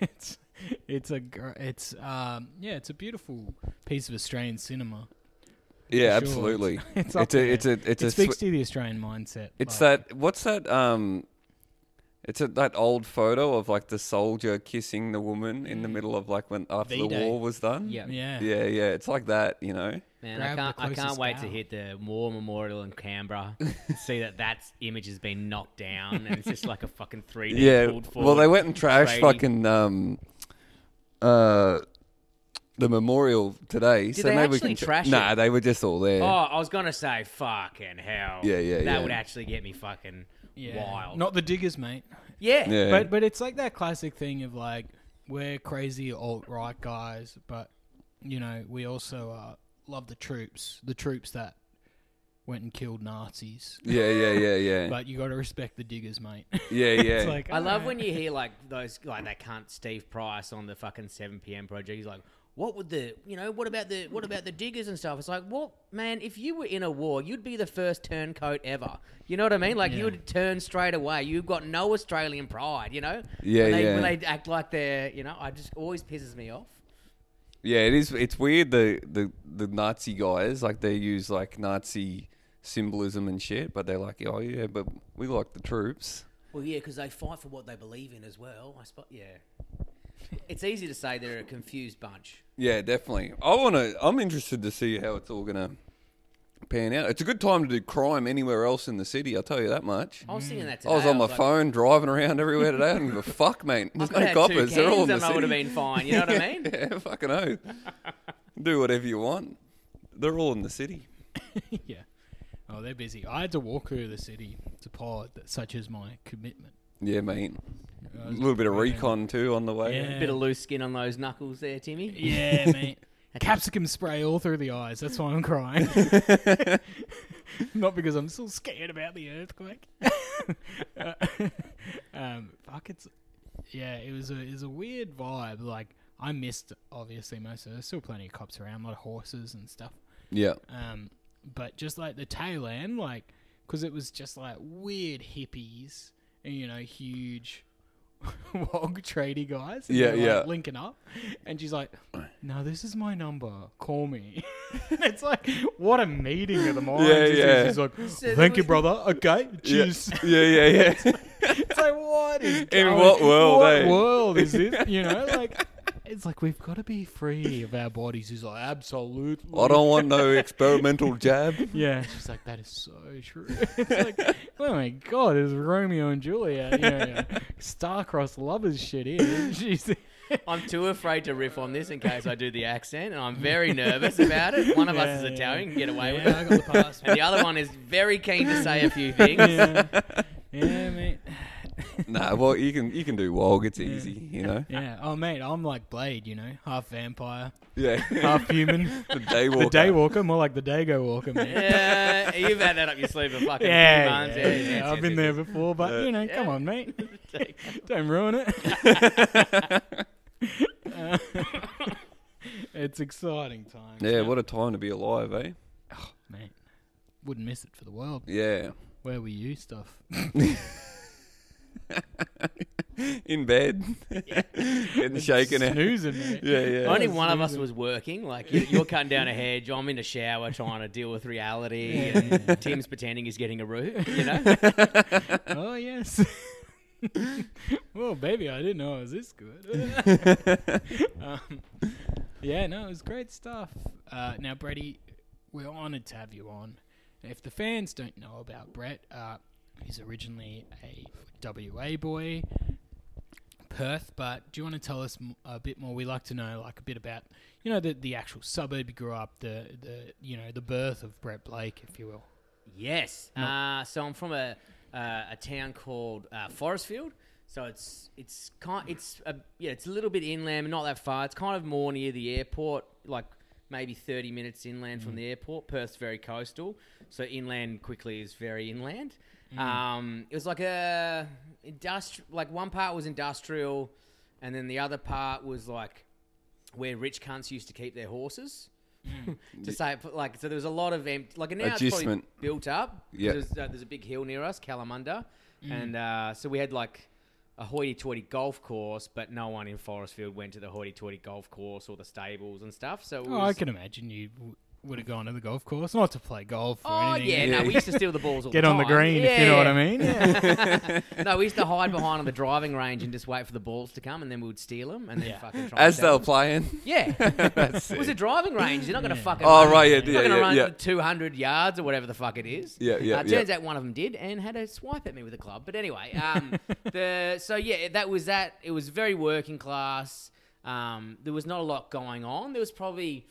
S2: it's it's a gr- it's um yeah, it's a beautiful piece of Australian cinema. [laughs]
S1: yeah.
S2: sure.
S1: Absolutely.
S2: [laughs] It's
S1: It's,
S2: up
S1: a,
S2: there.
S1: it's a it's
S2: it
S1: a
S2: speaks
S1: sw-
S2: to the Australian mindset.
S1: it's
S2: like-
S1: that what's that um. It's a, that old photo of like the soldier kissing the woman in the middle of like when after the
S2: V-Day.
S1: war was done.
S3: Yeah.
S2: Mm. yeah
S1: yeah, yeah. It's like that, you know.
S3: Man,
S2: Grab the
S3: I can't, I can't
S2: closest
S3: wait to
S2: gal.
S3: hit the War Memorial in Canberra and see that that image has been knocked down and it's just like a fucking 3D
S1: Yeah.
S3: pulled forward.
S1: Well, they went and trashed
S3: tradie.
S1: fucking um, uh, the memorial today.
S3: Did
S1: so
S3: they
S1: maybe we
S3: actually
S1: can tra-
S3: trash it?
S1: Nah, they were just all there.
S3: Oh, I was going to say, fucking hell.
S1: Yeah, yeah,
S3: That
S1: yeah.
S3: would actually get me fucking
S2: yeah.
S3: wild.
S2: Not the diggers, mate.
S3: yeah.
S1: yeah.
S2: But but it's like that classic thing of like we're crazy alt right guys, but you know we also uh, love the troops, the troops that went and killed Nazis.
S1: yeah, yeah, yeah,
S3: [laughs]
S1: yeah,
S2: But you got to respect the diggers, mate. [laughs]
S1: yeah, yeah.
S2: it's like
S3: I love
S2: alright.
S3: when you hear like those like that cunt Steve Price on the fucking seven PM project. He's like, "What would the you know? What about the what about the diggers and stuff?" It's like, well, man, if you were in a war, you'd be the first turncoat ever. You know what I mean? Like you would turn straight away. You've got no Australian pride. You know?
S1: Yeah,
S3: when they,
S1: yeah.
S3: When they act like they're you know, I just always pisses me off.
S1: yeah, it is. It's weird. The, the the Nazi guys like they use like Nazi symbolism and shit, but they're like, oh yeah, but we like the troops.
S3: Well, yeah, because they fight for what they believe in as well. I spot. Yeah, [laughs] it's easy to say they're a confused bunch.
S1: Yeah, definitely. I want to. I'm interested to see how it's all gonna pan out. It's a good time to do crime anywhere else in the city. I'll tell you that much.
S3: I was thinking that today.
S1: I was on my
S3: like,
S1: phone driving around everywhere today. I don't
S3: [laughs]
S1: give a fuck, mate. There's
S3: I
S1: no
S3: could have
S1: coppers.
S3: Two
S1: They're all in
S3: cans
S1: the
S3: and I would have
S1: city.
S3: been fine. You know what
S1: [laughs]
S3: I mean?
S1: yeah, fucking oath. Do whatever you want. They're all in the city.
S2: yeah. Oh, they're busy. I had to walk through the city to pod, such as my commitment.
S1: Yeah, mate.
S2: Uh,
S1: A little bit of
S2: yeah.
S1: recon too on the way.
S2: Yeah.
S3: Bit of loose skin on those knuckles there, Timmy.
S2: Yeah, mate. Capsicum spray all through the eyes. That's why I'm crying. Not because I'm still scared about the earthquake. [laughs] Uh, [laughs] um, fuck, it's yeah. It was a it was a weird vibe. Like I missed obviously most of. There's still plenty of cops around, a lot of horses and stuff.
S1: Yeah.
S2: Um, but just like the tail end, like, because it was just like weird hippies and, you know, huge [laughs] wog tradie guys. and
S1: Yeah,
S2: they're, like,
S1: yeah.
S2: linking up. And
S1: [clears throat]
S2: she's like, no, this is my number. Call me. [laughs] it's like, what a meeting of the minds.
S1: Yeah,
S2: It's-
S1: yeah.
S2: She's like,
S3: So
S2: thank
S3: there
S2: you,
S3: was-
S2: brother. Okay, cheers.
S1: [laughs]
S2: [laughs]
S1: Yeah, yeah, yeah. yeah.
S2: it's like, what is
S1: In
S2: going-
S1: what world,
S2: What
S1: eh? [laughs]
S2: world is this? You know, like, it's like we've got to be free of our bodies. He's like, absolutely.
S1: I don't want no experimental jab.
S2: Yeah. She's like, that is so true. [laughs] it's like, oh my god, it's Romeo and Juliet. You know, [laughs] star-crossed lovers shit here. She's, [laughs]
S3: I'm too afraid to riff on this in case I do the accent, and
S2: [laughs]
S3: I'm very nervous about it. One of us
S2: Yeah,
S3: is Italian,
S2: yeah.
S3: can get away with
S2: yeah, I
S3: it.
S2: got the pass.
S3: And the other one is very keen to say
S2: [laughs]
S3: a few things.
S2: yeah. yeah, mate.
S1: Nah, well you can you can do wog. It's easy, you
S2: [laughs]
S1: know.
S2: Yeah. Oh, mate, I'm like Blade, you know, half vampire,
S1: Yeah.
S2: half human.
S1: [laughs] the day
S2: the
S1: walker.
S2: day walker, more like the dago walker, mate.
S3: Yeah, you've had that up your sleeve for fucking
S2: [laughs]
S3: few
S2: Yeah,
S3: months.
S2: yeah, yeah, I've been there before, but you know, come
S3: Yeah.
S2: on, mate, don't ruin it. Uh, [laughs] it's exciting time.
S1: Yeah, what a time to be alive, eh?
S2: mate. Wouldn't miss it for the world.
S1: Yeah.
S2: Where were you, stuff?
S1: In bed. [laughs] Getting shaken out.
S2: Snoozing, mate.
S1: [laughs] Yeah, yeah.
S3: Only one of us was working. Like you- you're cutting down a hedge. I'm in the shower trying to deal with reality, and Tim's pretending he's getting a root. You know,
S2: Oh yes. [laughs] well, baby, I didn't know I was this good. [laughs] um, yeah, no, it was great stuff. Uh, now, Brady, we're honoured to have you on. If the fans don't know about Brett, uh, he's originally a WA boy, Perth, but do you want to tell us m- a bit more? We like to know, like, a bit about, you know, the, the actual suburb you grew up, the, the, you know, the birth of Brett Blake, if you will.
S3: Yes. Uh, so I'm from a uh, a town called uh, Forestfield. So it's it's kind it's a, yeah it's a little bit inland, but not that far. It's kind of more near the airport, like maybe 30 minutes inland from the airport. Perth's very coastal, so inland quickly is very inland. Um, it was like a industrial, like one part was industrial, and then the other part was like where rich cunts used to keep their horses. [laughs] to say it, put- like so, there was a lot of empty, like an now it's probably
S1: Adjustment.
S3: built up. 'cause
S1: Yeah.
S3: there's, uh, there's a big hill near us, Calamunda,
S2: Mm.
S3: and uh, so we had like a hoity-toity golf course, but no one in Forestfield went to the hoity-toity golf course or the stables and stuff. So it
S2: Oh, I
S3: was,
S2: can imagine you w- would have gone to the golf course, not to play golf or
S3: [laughs] Oh,
S2: anything.
S3: yeah,
S1: Yeah.
S3: no, we used to steal the balls
S2: [laughs]
S3: all
S2: Get
S3: the
S2: on
S3: time.
S2: the green, if you know what I
S3: [laughs]
S2: mean.
S3: mean. no, we used to hide behind on the driving range and just wait for the balls to come, and then we would steal them and then
S2: Yeah.
S3: fucking try
S1: As
S3: and sell
S1: they're
S3: them.
S1: playing.
S3: Yeah.
S1: [laughs] That's
S3: It was a
S1: it.
S3: driving range. They're not going to fucking.
S1: Oh,
S3: run.
S1: right, yeah, yeah,
S3: They're not going to
S1: yeah,
S3: run
S1: yeah.
S3: 200 yards or whatever the fuck it is.
S1: Yeah, yeah,
S3: Uh,
S1: yeah.
S3: turns out one of them did and had a swipe at me with a club. But anyway,
S1: [laughs]
S3: um, the so yeah, that was that. It was very working class. Um, there was not a lot going on. There was probably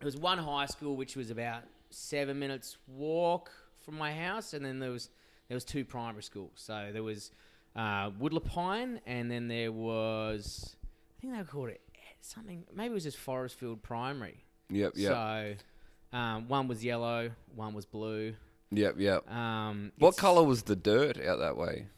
S3: there was one high school which was about seven minutes walk from my house, and then there was there was two primary schools. So there was uh, Woodlapine, and then there was I think they called it something. Maybe it was just Forestfield Primary.
S1: Yep, yep,
S3: So um, one was yellow, one was blue.
S1: yep, yep.
S3: Um,
S1: What
S3: it's-
S1: color was the dirt out that way?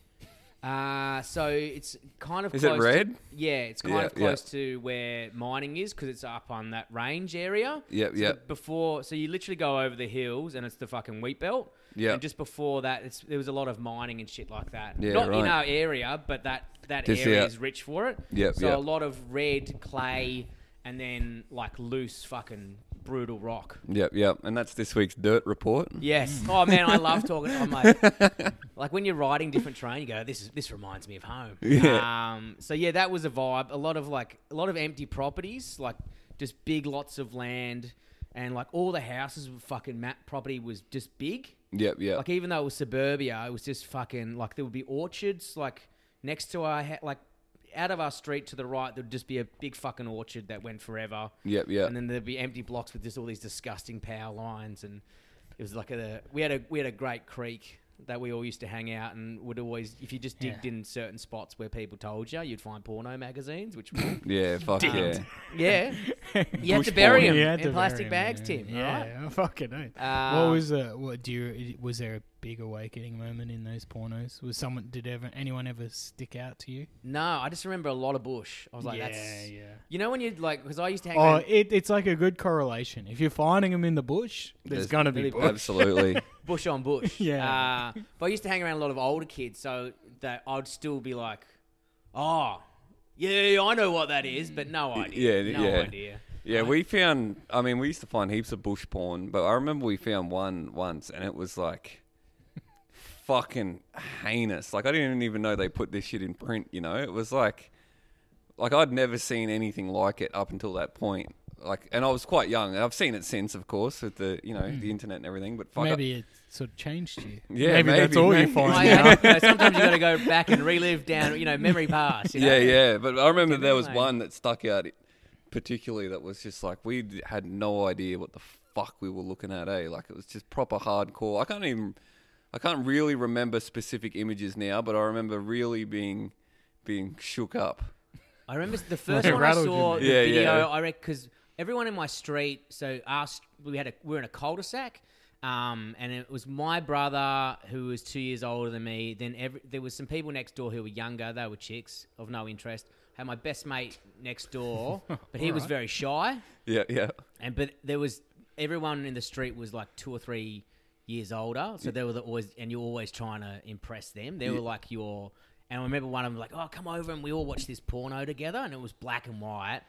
S3: Uh, so it's kind of
S1: Is it
S3: close to-
S1: red?
S3: yeah, it's kind
S1: Yeah,
S3: of
S1: yeah.
S3: close to where mining is because it's up on that range area.
S1: Yep,
S3: So
S1: yep.
S3: Before, so you literally go over the hills and it's the fucking wheat belt.
S1: Yep.
S3: And just before that, it's, there was a lot of mining and shit like that.
S1: Yeah,
S3: Not in
S1: right.
S3: our area, but that that
S1: Just,
S3: area
S1: yeah.
S3: is rich for it.
S1: Yep,
S3: So
S1: yep.
S3: a lot of red clay and then like loose fucking brutal rock.
S1: Yep, yep. And that's this week's dirt report.
S3: Yes. Oh man, I love talking. Oh, mate. like when you're riding different train, you go, "This is this reminds me of home."
S1: Yeah.
S3: Um, so yeah, that was a vibe. A lot of like a lot of empty properties, like just big lots of land, and like all the houses were fucking map property was just big.
S1: Yep, yep.
S3: Like even though it was suburbia, it was just fucking like there would be orchards like next to our ha- like out of our street to the right there'd just be a big fucking orchard that went forever.
S1: Yep, yep.
S3: And then there'd be empty blocks with just all these disgusting power lines and it was like a we had a we had a great creek that we all used to hang out and would always if you just digged
S2: Yeah.
S3: in certain spots were people told you you'd find porno magazines which were,
S1: yeah, fuck yeah.
S2: [laughs]
S3: yeah you had
S1: Bush
S3: to bury
S1: porn.
S3: them
S2: You had
S3: in
S2: to
S3: plastic
S2: bury 'em,
S3: bags
S2: yeah.
S3: Tim
S2: Yeah, [laughs]
S3: right?
S2: I fucking know.
S3: Uh,
S2: what was uh, what do you was there a big awakening moment in those pornos? Was someone did ever anyone ever stick out to you?
S3: no I just remember a lot of bush I was like
S2: yeah,
S3: that's
S2: yeah.
S3: You know when you like, because I used to hang.
S2: Oh,
S3: around
S2: it, it's like a good correlation. If you're finding them in the bush, there's,
S1: There's
S2: gonna be
S3: really
S2: bush.
S1: Absolutely.
S3: bush on bush.
S2: Yeah.
S3: Uh, but I used to hang around a lot of older kids, so that I'd still be like, oh, yeah, yeah, I know what that is, but no idea.
S1: yeah,
S3: no
S1: yeah. [laughs]
S3: idea.
S1: Yeah, we found. I mean, we used to find heaps of bush porn, but I remember we found one once, and it was like fucking heinous. Like I didn't even know they put this shit in print. You know, it was like like I'd never seen anything like it up until that point. Like, and I was quite young. and I've seen it since, of course, with the you know the internet and everything. But fuck, I-
S2: Maybe it sort of changed you.
S1: Yeah,
S2: maybe, that's
S1: maybe,
S2: all
S1: maybe.
S2: you find
S3: Like,
S2: out.
S3: you know, sometimes you got to go back and relive down, you know, memory pass. You know? [laughs]
S1: Yeah, yeah. But I remember there was
S3: Didn't they?
S1: one that stuck out particularly that was just like we d- had no idea what the fuck we were looking at, eh? Like it was just proper hardcore. I can't even I can't really remember specific images now, but I remember really being being shook up.
S3: I remember
S2: [laughs]
S3: the first
S2: it
S3: one I
S2: rattled
S3: saw
S2: you.
S3: the
S1: Yeah,
S3: video.
S1: yeah.
S3: I reckon because everyone in my street, so asked we had a we were in a cul-de-sac, um, and it was my brother who was two years older than me. Then every, there was some people next door who were younger. They were chicks of no interest. Had my best mate
S2: [laughs]
S3: next door, but he was very shy.
S1: Yeah, yeah.
S3: And but there was everyone in the street was like two or three years older, so they were the always and you're always trying to impress them. They were like your and I remember one of them like, "Oh, come over and we all watch this porno together," and it was black and white.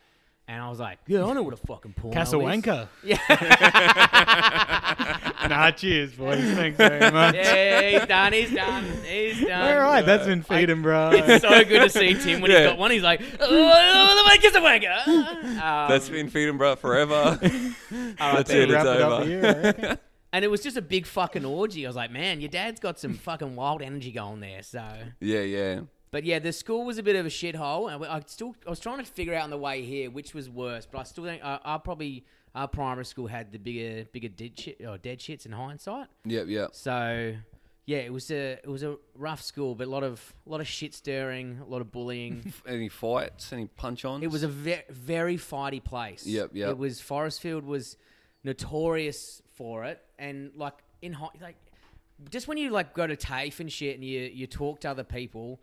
S3: And I was like, "Yeah, I know what a fucking porno is." [laughs]
S2: Casawanka. Yeah. [laughs] nah, cheers, boys. Thanks very much.
S3: [laughs] Yeah, he's done. He's done. He's done.
S2: All right, that's been feeding, [laughs] bro.
S3: It's so good to see Tim when
S1: Yeah.
S3: he's got one. He's like, "Oh, kiss a wanker." Um,
S1: [laughs] That's been feeding bro
S3: [laughs]
S1: forever. [laughs] That's
S3: baby.
S1: it, it's
S2: Wrap it up
S1: over.
S2: [laughs] here. I
S3: [laughs]
S2: reckon.
S3: and it was just a big fucking orgy. I was like, "Man, your dad's got some fucking wild energy going there." So
S1: [laughs] Yeah, yeah.
S3: But yeah, the school was a bit of a shithole, and I still I was trying to figure out on the way here which was worse. But I still think uh, our probably our primary school had the bigger bigger dead shit or dead shits in hindsight.
S1: Yep, yep.
S3: So yeah, it was a it was a rough school, but a lot of a lot of shit stirring, a lot of bullying.
S1: Any fights? Any punch ons?
S3: It was a ve- very fighty place.
S1: Yep, yep.
S3: It was Forestfield was notorious for it, and like in high, like just when you like go to TAFE and shit, and you you talk to other people,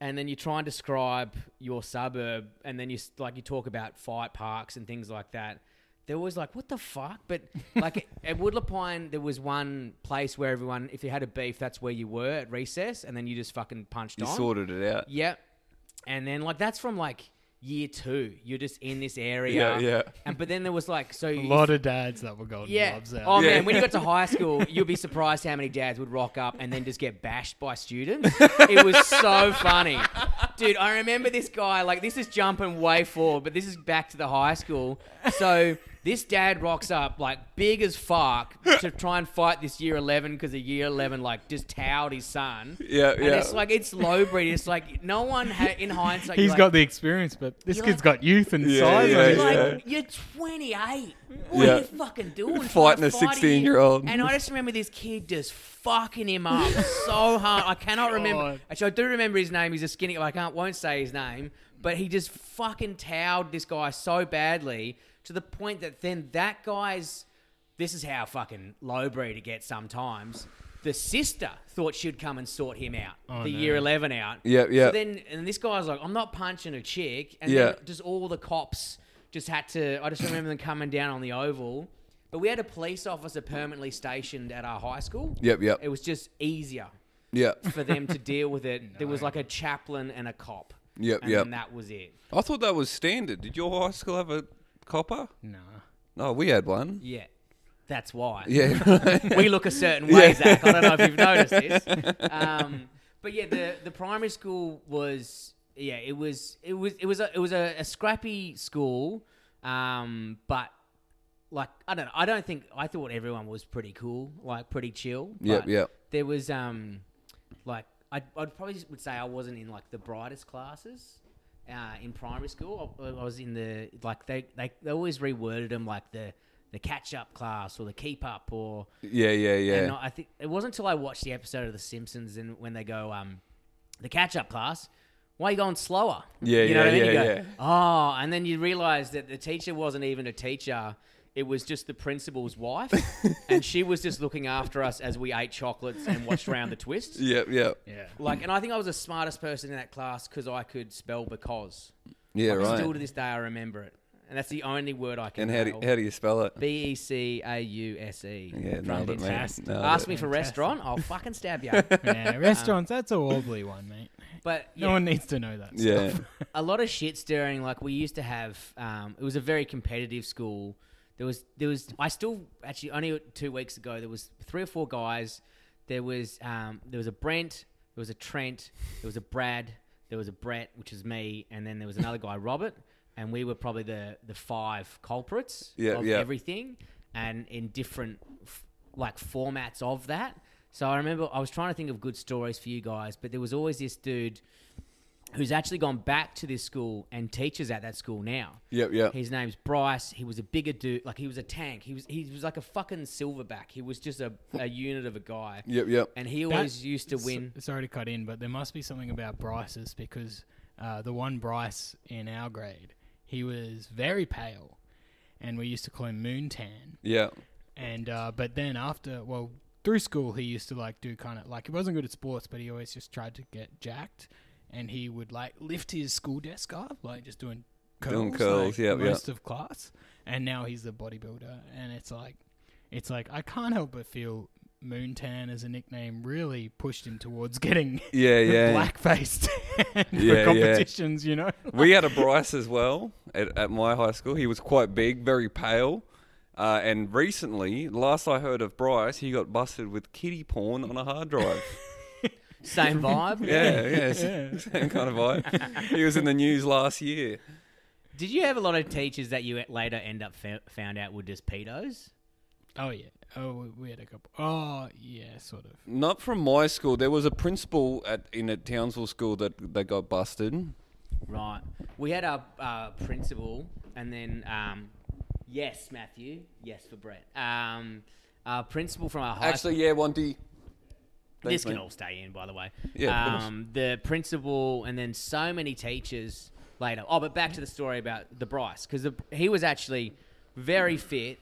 S3: and then you try and describe your suburb, and then you s- like you talk about fight parks and things like that. They're always like, "What the fuck?" But [laughs] like at Woodlapine, there was one place where everyone, if you had a beef, that's where you were at recess, and then you just fucking punched
S1: you
S3: on.
S1: sorted it out.
S3: Yep. And then like that's from like year two. You're just in this area.
S1: Yeah, yeah.
S3: And but then there was like so
S2: A lot of dads that were golden
S3: [laughs] yeah.
S2: gloves out.
S3: Oh
S1: Yeah.
S3: man, when you
S1: [laughs]
S3: got to high school, you'd be surprised how many dads would rock up and then just get bashed by
S1: [laughs]
S3: students. it was so funny. Dude, I remember this guy, like this is jumping way forward, but this is back to the high school. So this dad rocks up like big as fuck to try and fight this year 11 because the year 11 like just towed his son.
S1: Yeah,
S3: And
S1: yeah.
S3: it's like it's low breed. It's like no one ha- in hindsight.
S2: He's
S3: you're like,
S2: got the experience, but this
S3: You're
S2: kid's
S3: like-
S2: got youth and
S1: Yeah,
S2: size on
S1: yeah,
S2: his
S1: yeah.
S2: side.
S3: like you're 28. What
S1: Yeah.
S3: are you fucking doing?
S1: Fighting a
S3: Trying to fight
S1: 16-year-old.
S3: And I just remember this kid just fucking him up so hard. I
S2: [laughs]
S3: cannot remember.
S2: God.
S3: Actually, I do remember his name. He's a skinny. I can't. Won't say his name. But he just fucking towed this guy so badly to the point that then that guy's. This is how fucking lowbrow to get sometimes. The sister thought she'd come and sort him out. the
S2: Oh, no.
S3: year eleven out.
S1: Yep,
S3: So
S1: yep.
S3: then, and this guy's like, "I'm not punching a chick." And
S1: Yeah.
S3: then just all the cops just had to. I just remember them coming down on the oval. But we had a police officer permanently stationed at our high school.
S1: Yep, yep.
S3: It was just easier
S1: Yep.
S3: for them to deal with it. There was like a chaplain and a cop.
S1: Yep,
S3: and
S1: yep.
S3: then that was it.
S1: I thought that was standard. Did your high school have a copper?
S2: Nah.
S1: No, we had one.
S3: Yeah, that's why.
S1: Yeah. [laughs]
S3: [laughs] we look a certain way, Zach. I don't know if you've noticed this. Um, but yeah, the the primary school was yeah, it was it was it was a, it was a, a scrappy school, um, but like I don't know, I don't think I thought everyone was pretty cool, like pretty chill.
S1: Yep,
S3: but
S1: yep.
S3: There was um, like I I probably would say I wasn't in like the brightest classes. Uh, in primary school, I, I was in the like they, they they always reworded them like the the catch up class or the keep up or
S1: yeah, yeah, yeah.
S3: and I think it wasn't until I watched the episode of The Simpsons and when they go, um, the catch up class, why are you going slower?
S1: Yeah,
S3: you know
S1: yeah,
S3: what I mean?
S1: yeah,
S3: you go, Oh, and then you realize that the teacher wasn't even a teacher. It was just the
S1: [laughs]
S3: principal's wife, and she was just looking after us as we ate chocolates and watched Round the
S1: [laughs]
S3: Twist.
S1: yep, yep.
S2: Yeah.
S3: Like, and I think I was the smartest person in that class because I could spell because.
S1: Yeah,
S3: Like, Still
S1: right.
S3: to this day, I remember it, and that's the only word I can.
S1: And how do, how do you spell it?
S3: B E C A U S E.
S1: Yeah, nailed it, mate.
S2: Fantastic.
S1: Nailed
S3: Ask
S1: it.
S3: me for
S2: Fantastic.
S3: restaurant, I'll fucking stab
S2: [laughs]
S3: you. [laughs]
S2: Yeah, restaurants, that's a wobbly one, mate.
S3: But yeah,
S2: No one needs to know that.
S1: Yeah.
S2: Stuff.
S3: a lot of shit stirring. Like we used to have, um, it was a very competitive school. There was, there was. I still actually only two weeks ago there was three or four guys. There was, um, there was a Brent, there was a Trent, there was a Brad, there was a Brett, which is me, and then there was another guy, Robert, and we were probably the the five culprits
S1: Yeah,
S3: of
S1: yeah.
S3: everything, and in different f- like formats of that. So I remember I was trying to think of good stories for you guys, but there was always this dude who's actually gone back to this school and teaches at that school now.
S1: Yep, yep.
S3: His name's Bryce. He was a bigger dude. Like he was a tank. He was he was like a fucking silverback. He was just a,
S1: [laughs]
S3: a unit of a guy.
S1: Yep, yep.
S3: And he
S2: That-
S3: always used
S2: [laughs]
S3: to
S1: [laughs]
S2: so-
S3: win.
S2: sorry to cut in, but there must be something about Bryce's because uh, the one Bryce in our grade, he was very pale, and we used to call him Moontan.
S1: Yeah.
S2: And uh, but then after, well, through school, he used to like do kind of like he wasn't good at sports, but he always just tried to get jacked, and he would like lift his school desk up, like just doing curls,
S1: Doing curls,
S2: like,
S1: yep, yep.
S2: most of class. And now he's a bodybuilder, and it's like, it's like I can't help but feel Moontan as a nickname really pushed him towards getting [laughs]
S1: Yeah, yeah.
S2: blackfaced
S1: [laughs] Yeah, yeah.
S2: for competitions, you know. [laughs]
S1: we had a Bryce as well at, at my high school. He was quite big, very pale. Uh, and recently, last I heard of Bryce, he got busted with kitty porn on a hard
S3: [laughs]
S1: drive.
S3: Same vibe.
S1: yeah, yeah, s- [laughs] same kind of vibe. He was in the news last year.
S3: Did you have a lot of teachers that you later end up fa- found out were just pedos?
S2: Oh yeah. Oh, we- we had a couple. Oh yeah, sort of.
S1: Not from my school. There was a principal at in a Townsville school that that got busted.
S3: Right. We had our uh, principal, and then um, yes, Matthew, yes for Brett. Um, our principal from our high
S1: Actually, yeah, one D.
S3: this
S1: Thanks,
S3: can
S1: mate.
S3: all stay in, by the way.
S1: Yeah, of course.
S3: Um, the principal, and then so many teachers later. Oh, but back to the story about the Bryce because he was actually very fit.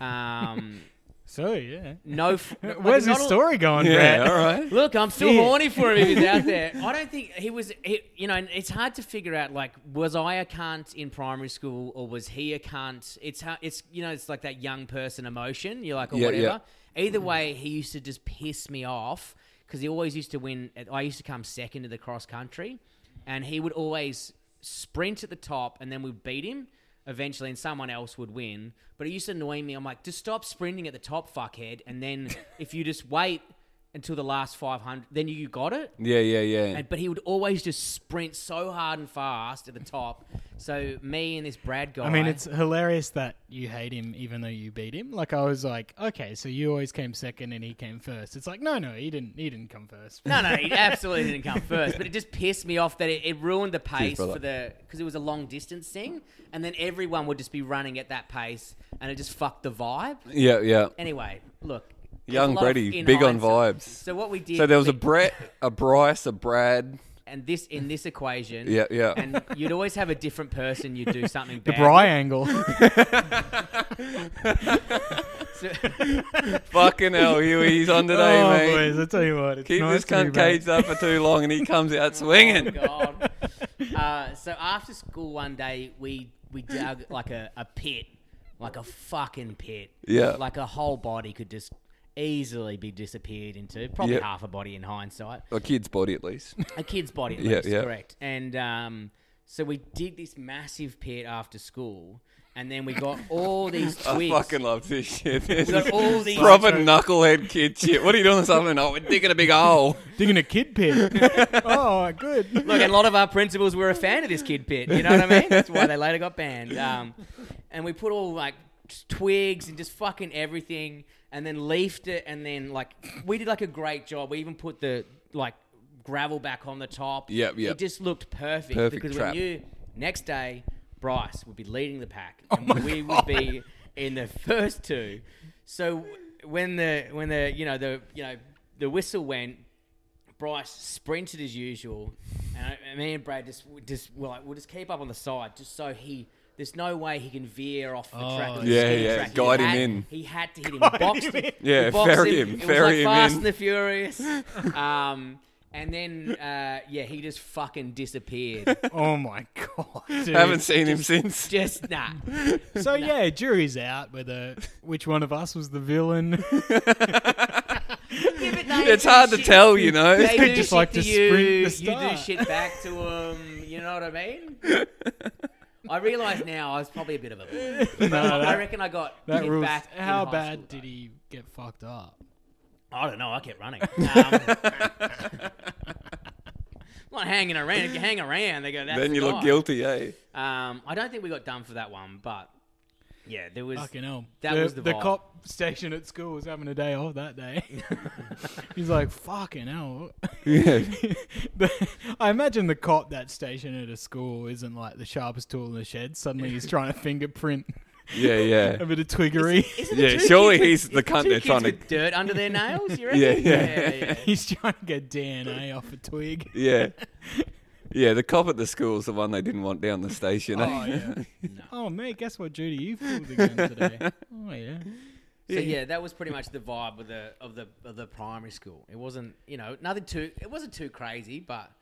S3: Um,
S2: So yeah.
S3: no,
S1: [laughs]
S3: f-
S2: Where's
S3: not
S2: his
S3: all-
S2: story going, Brett?
S1: Yeah, all right.
S3: Look, I'm still
S2: Fit.
S3: horny for him if he's
S1: [laughs]
S3: out there. I don't think he was. He, you know, and it's hard to figure out. Like, was I a cunt in primary school, or was he a cunt? It's ha- it's you know, it's like that young person emotion. You're like, or
S1: Yeah,
S3: whatever.
S1: yeah.
S3: Either way, he used to just piss me off because he always used to win. I used to come second to the cross country, and he would always sprint at the top, and then we'd beat him eventually, and someone else would win. But it used to annoy me. I'm like, just stop sprinting at the top, fuckhead,
S1: [laughs]
S3: and then if you just wait until the last 500, then you got it.
S1: Yeah, yeah, yeah.
S3: And, but he would always just sprint so hard and fast at the top. So me and this Brad guy.
S2: I mean, it's hilarious that you hate him even though you beat him. Like I was like, okay, so you always came second and he came first. It's like, no, no, he didn't. He didn't come first.
S3: No, no, he absolutely didn't come first. But it just pissed me off that it, it ruined the pace
S1: brother.
S3: for the because it was a long distance thing, and then everyone would just be running at that pace, and it just fucked the vibe.
S1: yeah, yeah.
S3: Anyway, look,
S1: Young
S3: love
S1: Brady,
S3: in
S1: big on
S3: hindsight.
S1: vibes.
S3: So what we did,
S1: So there was a
S3: we-
S1: Brett, a Bryce, a
S3: [laughs]
S1: Brad.
S3: and this in this equation,
S1: Yeah, yeah.
S3: and you'd always have a different person you do something
S2: [laughs] The
S3: bad.
S1: [laughs]
S2: Bry angle.
S3: So-
S1: Fucking hell, Huey, he's on today,
S2: [laughs] oh,
S1: mate.
S2: boys, I tell you what, it's
S1: Keep
S2: nice
S1: this
S2: to be
S1: cunt
S2: back.
S1: caged up for too long,
S3: [laughs]
S1: and he comes out
S3: Oh,
S1: swinging.
S3: God.
S1: [laughs]
S3: Uh, so after school one day, we we dug like a, a pit, like a fucking pit.
S1: Yeah.
S3: Like a whole body could just easily be disappeared into. Probably
S1: Yeah.
S3: half a body in hindsight.
S1: A kid's body, at least.
S3: A kid's body, at
S1: Yeah,
S3: least,
S1: yeah.
S3: correct. And um, so we dig this massive pit after school, and then we got all these
S1: [laughs] I
S3: twigs.
S1: fucking love this shit. This [laughs]
S3: got
S1: is
S3: all these-
S1: proper knucklehead kid shit. What are you doing this afternoon? Oh, we're digging a big
S3: [laughs]
S1: hole.
S2: Digging a kid pit.
S1: [laughs]
S2: [laughs] oh, good.
S3: Look, and a lot of our principals were a fan of this kid pit. You know what
S1: [laughs]
S3: I mean? That's why they later got banned. Um, and we put all like just twigs and just fucking everything, and then leafed it, and then like we did like a great job. We even put the like gravel back on the top.
S1: Yep, yep.
S3: It just looked perfect,
S1: Perfect
S3: because
S1: trap.
S3: we knew next day Bryce would be leading the pack,
S1: Oh
S3: and we would be in the first two. So when the when the you know the you know the whistle went, Bryce sprinted as usual, and, I, and me and Brad just just we're like we'll just keep up on the side just so he. There's no way he can veer off the track.
S2: Oh,
S3: the
S1: Yeah,
S3: speed
S1: yeah,
S3: track. He
S1: guide him
S3: had-
S1: in.
S3: He had to hit him. Boxed
S2: him
S3: him.
S2: in.
S1: Yeah,
S3: We boxed
S1: ferry him,
S3: It was
S1: ferry
S3: like
S1: him
S3: Fast
S1: in.
S3: and
S1: [laughs]
S3: the Furious. Um, and then uh, yeah, he just fucking disappeared.
S2: Oh my god. dude.
S1: Haven't seen him since.
S3: just
S1: [laughs]
S3: nah.
S2: So yeah, jury's out whether which one of us was the
S3: [laughs]
S2: villain. [laughs]
S1: It's hard to tell, you know.
S3: They
S2: could
S3: do
S2: just
S3: shit
S2: like
S3: to
S2: to
S3: you.
S2: sprint the
S3: You do
S2: start.
S3: shit back to them. You know what
S1: [laughs]
S3: I mean? I realise now I was probably a bit of a. bully.
S2: no,
S3: I
S2: that,
S3: reckon I got
S2: that
S3: hit
S2: rules.
S3: back. in
S2: How
S3: high
S2: bad
S3: school,
S2: did he get fucked up?
S3: though. I don't know. I
S2: [laughs]
S3: kept running. Um, I'm [laughs] not hanging around. If you hang around, they go. That's
S1: Then you look
S3: not."
S1: guilty, eh? [laughs]
S3: Um, I don't think we got done for that one, but yeah, there was.
S2: Fucking hell.
S3: That
S2: the,
S3: was the vibe.
S2: cop station at school was having a day off that day. [laughs] He's like, fucking hell. [laughs]
S1: Yeah.
S2: The- I imagine the cop that station at a school isn't like the sharpest tool in the shed. Suddenly he's trying to [laughs] fingerprint
S1: Yeah,
S2: a
S3: [laughs]
S1: yeah.
S2: bit of twiggery.
S3: Isn't the
S1: Yeah,
S3: two
S1: surely
S3: kids with-
S1: he's the
S3: two
S1: cunt they're
S3: kids
S1: trying to.
S3: with dirt under their nails. You
S1: [laughs]
S3: reckon?
S1: Yeah, yeah.
S2: [laughs] he's trying to get DNA off a twig.
S1: [laughs]
S3: [laughs]
S1: Yeah. Yeah, the cop at the school's the one they didn't want down the station. eh?
S2: Oh,
S1: [laughs]
S2: yeah. Oh, mate, guess what, Judy? You fooled again
S3: [laughs]
S2: today. Oh, yeah.
S3: So yeah, that was pretty much the vibe of the of the of the primary school. It wasn't, you know, nothing too. It wasn't too crazy, but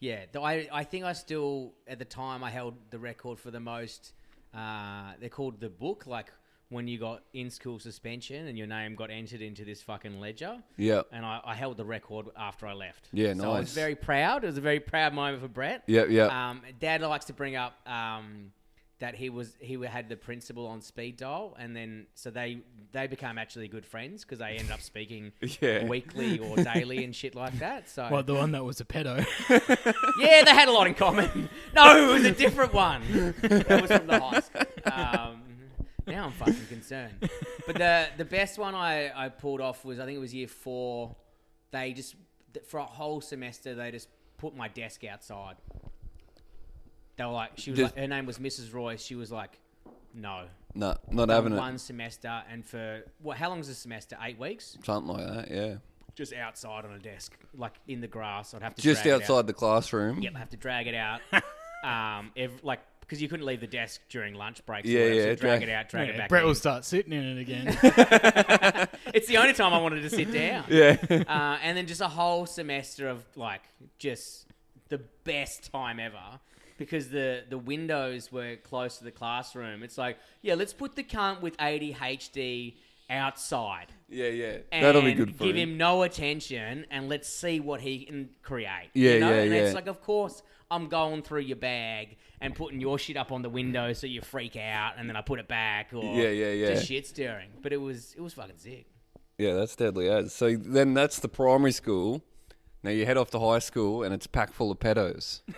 S3: yeah, though I I think I still at the time I held the record for the most. Uh, they're called the book, like when you got in school suspension and your name got entered into this fucking ledger.
S1: Yeah.
S3: And I, I held the record after I left.
S1: Yeah,
S3: So I was
S1: nice.
S3: very proud. It was a very proud moment for Brett.
S1: Yeah, yeah.
S3: Um, Dad likes to bring up um, that he was he had the principal on speed dial, and then so they they became actually good friends because they ended up speaking
S1: Yeah.
S3: weekly or daily and shit like that. So
S2: Well, the one that was a pedo.
S3: yeah, they had a lot in [laughs] common. No, it was a different one. That was from the high school. Um, now Now I'm fucking concerned. but the the best one I, I pulled off was I think it was year four. They just th- for a whole semester they just put my desk outside. They were like she was
S1: Just-
S3: like, her name was Mrs. Royce. She was like, no,
S1: No, not
S3: For
S1: having
S3: one
S1: it.
S3: semester and for well, how long's a semester? Eight weeks.
S1: Something like that. Yeah.
S3: Just outside on a desk, like in the grass. I'd have to
S1: Just
S3: drag it out.
S1: outside the classroom.
S3: Yep, I have to drag it out. um, ev- like because you couldn't leave the desk during lunch breaks.
S1: Yeah,
S3: Yeah, yeah.
S1: yeah,
S3: drag
S1: drag-
S3: it out, drag it
S2: Yeah,
S3: back.
S2: Brett
S3: in.
S2: will start sitting in it again.
S3: It's the only time I wanted to sit down.
S1: [laughs] Yeah.
S3: Uh, and then just a whole semester of like just the best time ever because the the windows were close to the classroom. It's like, yeah, let's put the cunt with ADHD outside.
S1: yeah, yeah.
S3: and
S1: That'll be good for
S3: give
S1: him.
S3: him no attention and let's see what he can create.
S1: Yeah,
S3: you know?
S1: yeah,
S3: And
S1: yeah.
S3: it's like, of course, I'm going through your bag and putting your shit up on the window so you freak out, and then I put it back or
S1: Yeah, yeah,
S3: just
S1: yeah.
S3: shit stirring. But it was it was fucking sick.
S1: Yeah, that's deadly as. So then that's the primary school. Now you head off to high school and it's packed full of pedos.
S3: [laughs]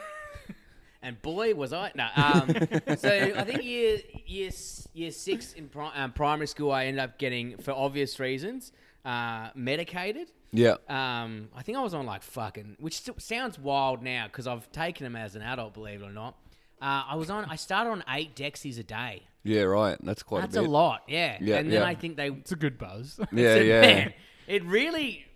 S3: And boy, was I no.
S1: [laughs]
S3: Um, so I think year year s- year six in pri- um, primary school, I ended up getting for obvious reasons uh, medicated.
S1: Yeah.
S3: Um, I think I was on like fucking, which still sounds wild now because I've taken them as an adult, believe it or not. Uh, I was on. I started on eight dexies a day.
S1: Yeah, right. That's quite
S3: That's
S1: a
S3: a
S1: bit.
S3: lot, yeah.
S1: Yeah,
S3: and then
S1: yeah.
S3: I think they. [laughs]
S2: it's a good buzz.
S1: Yeah,
S3: so,
S1: yeah.
S3: Man, it really,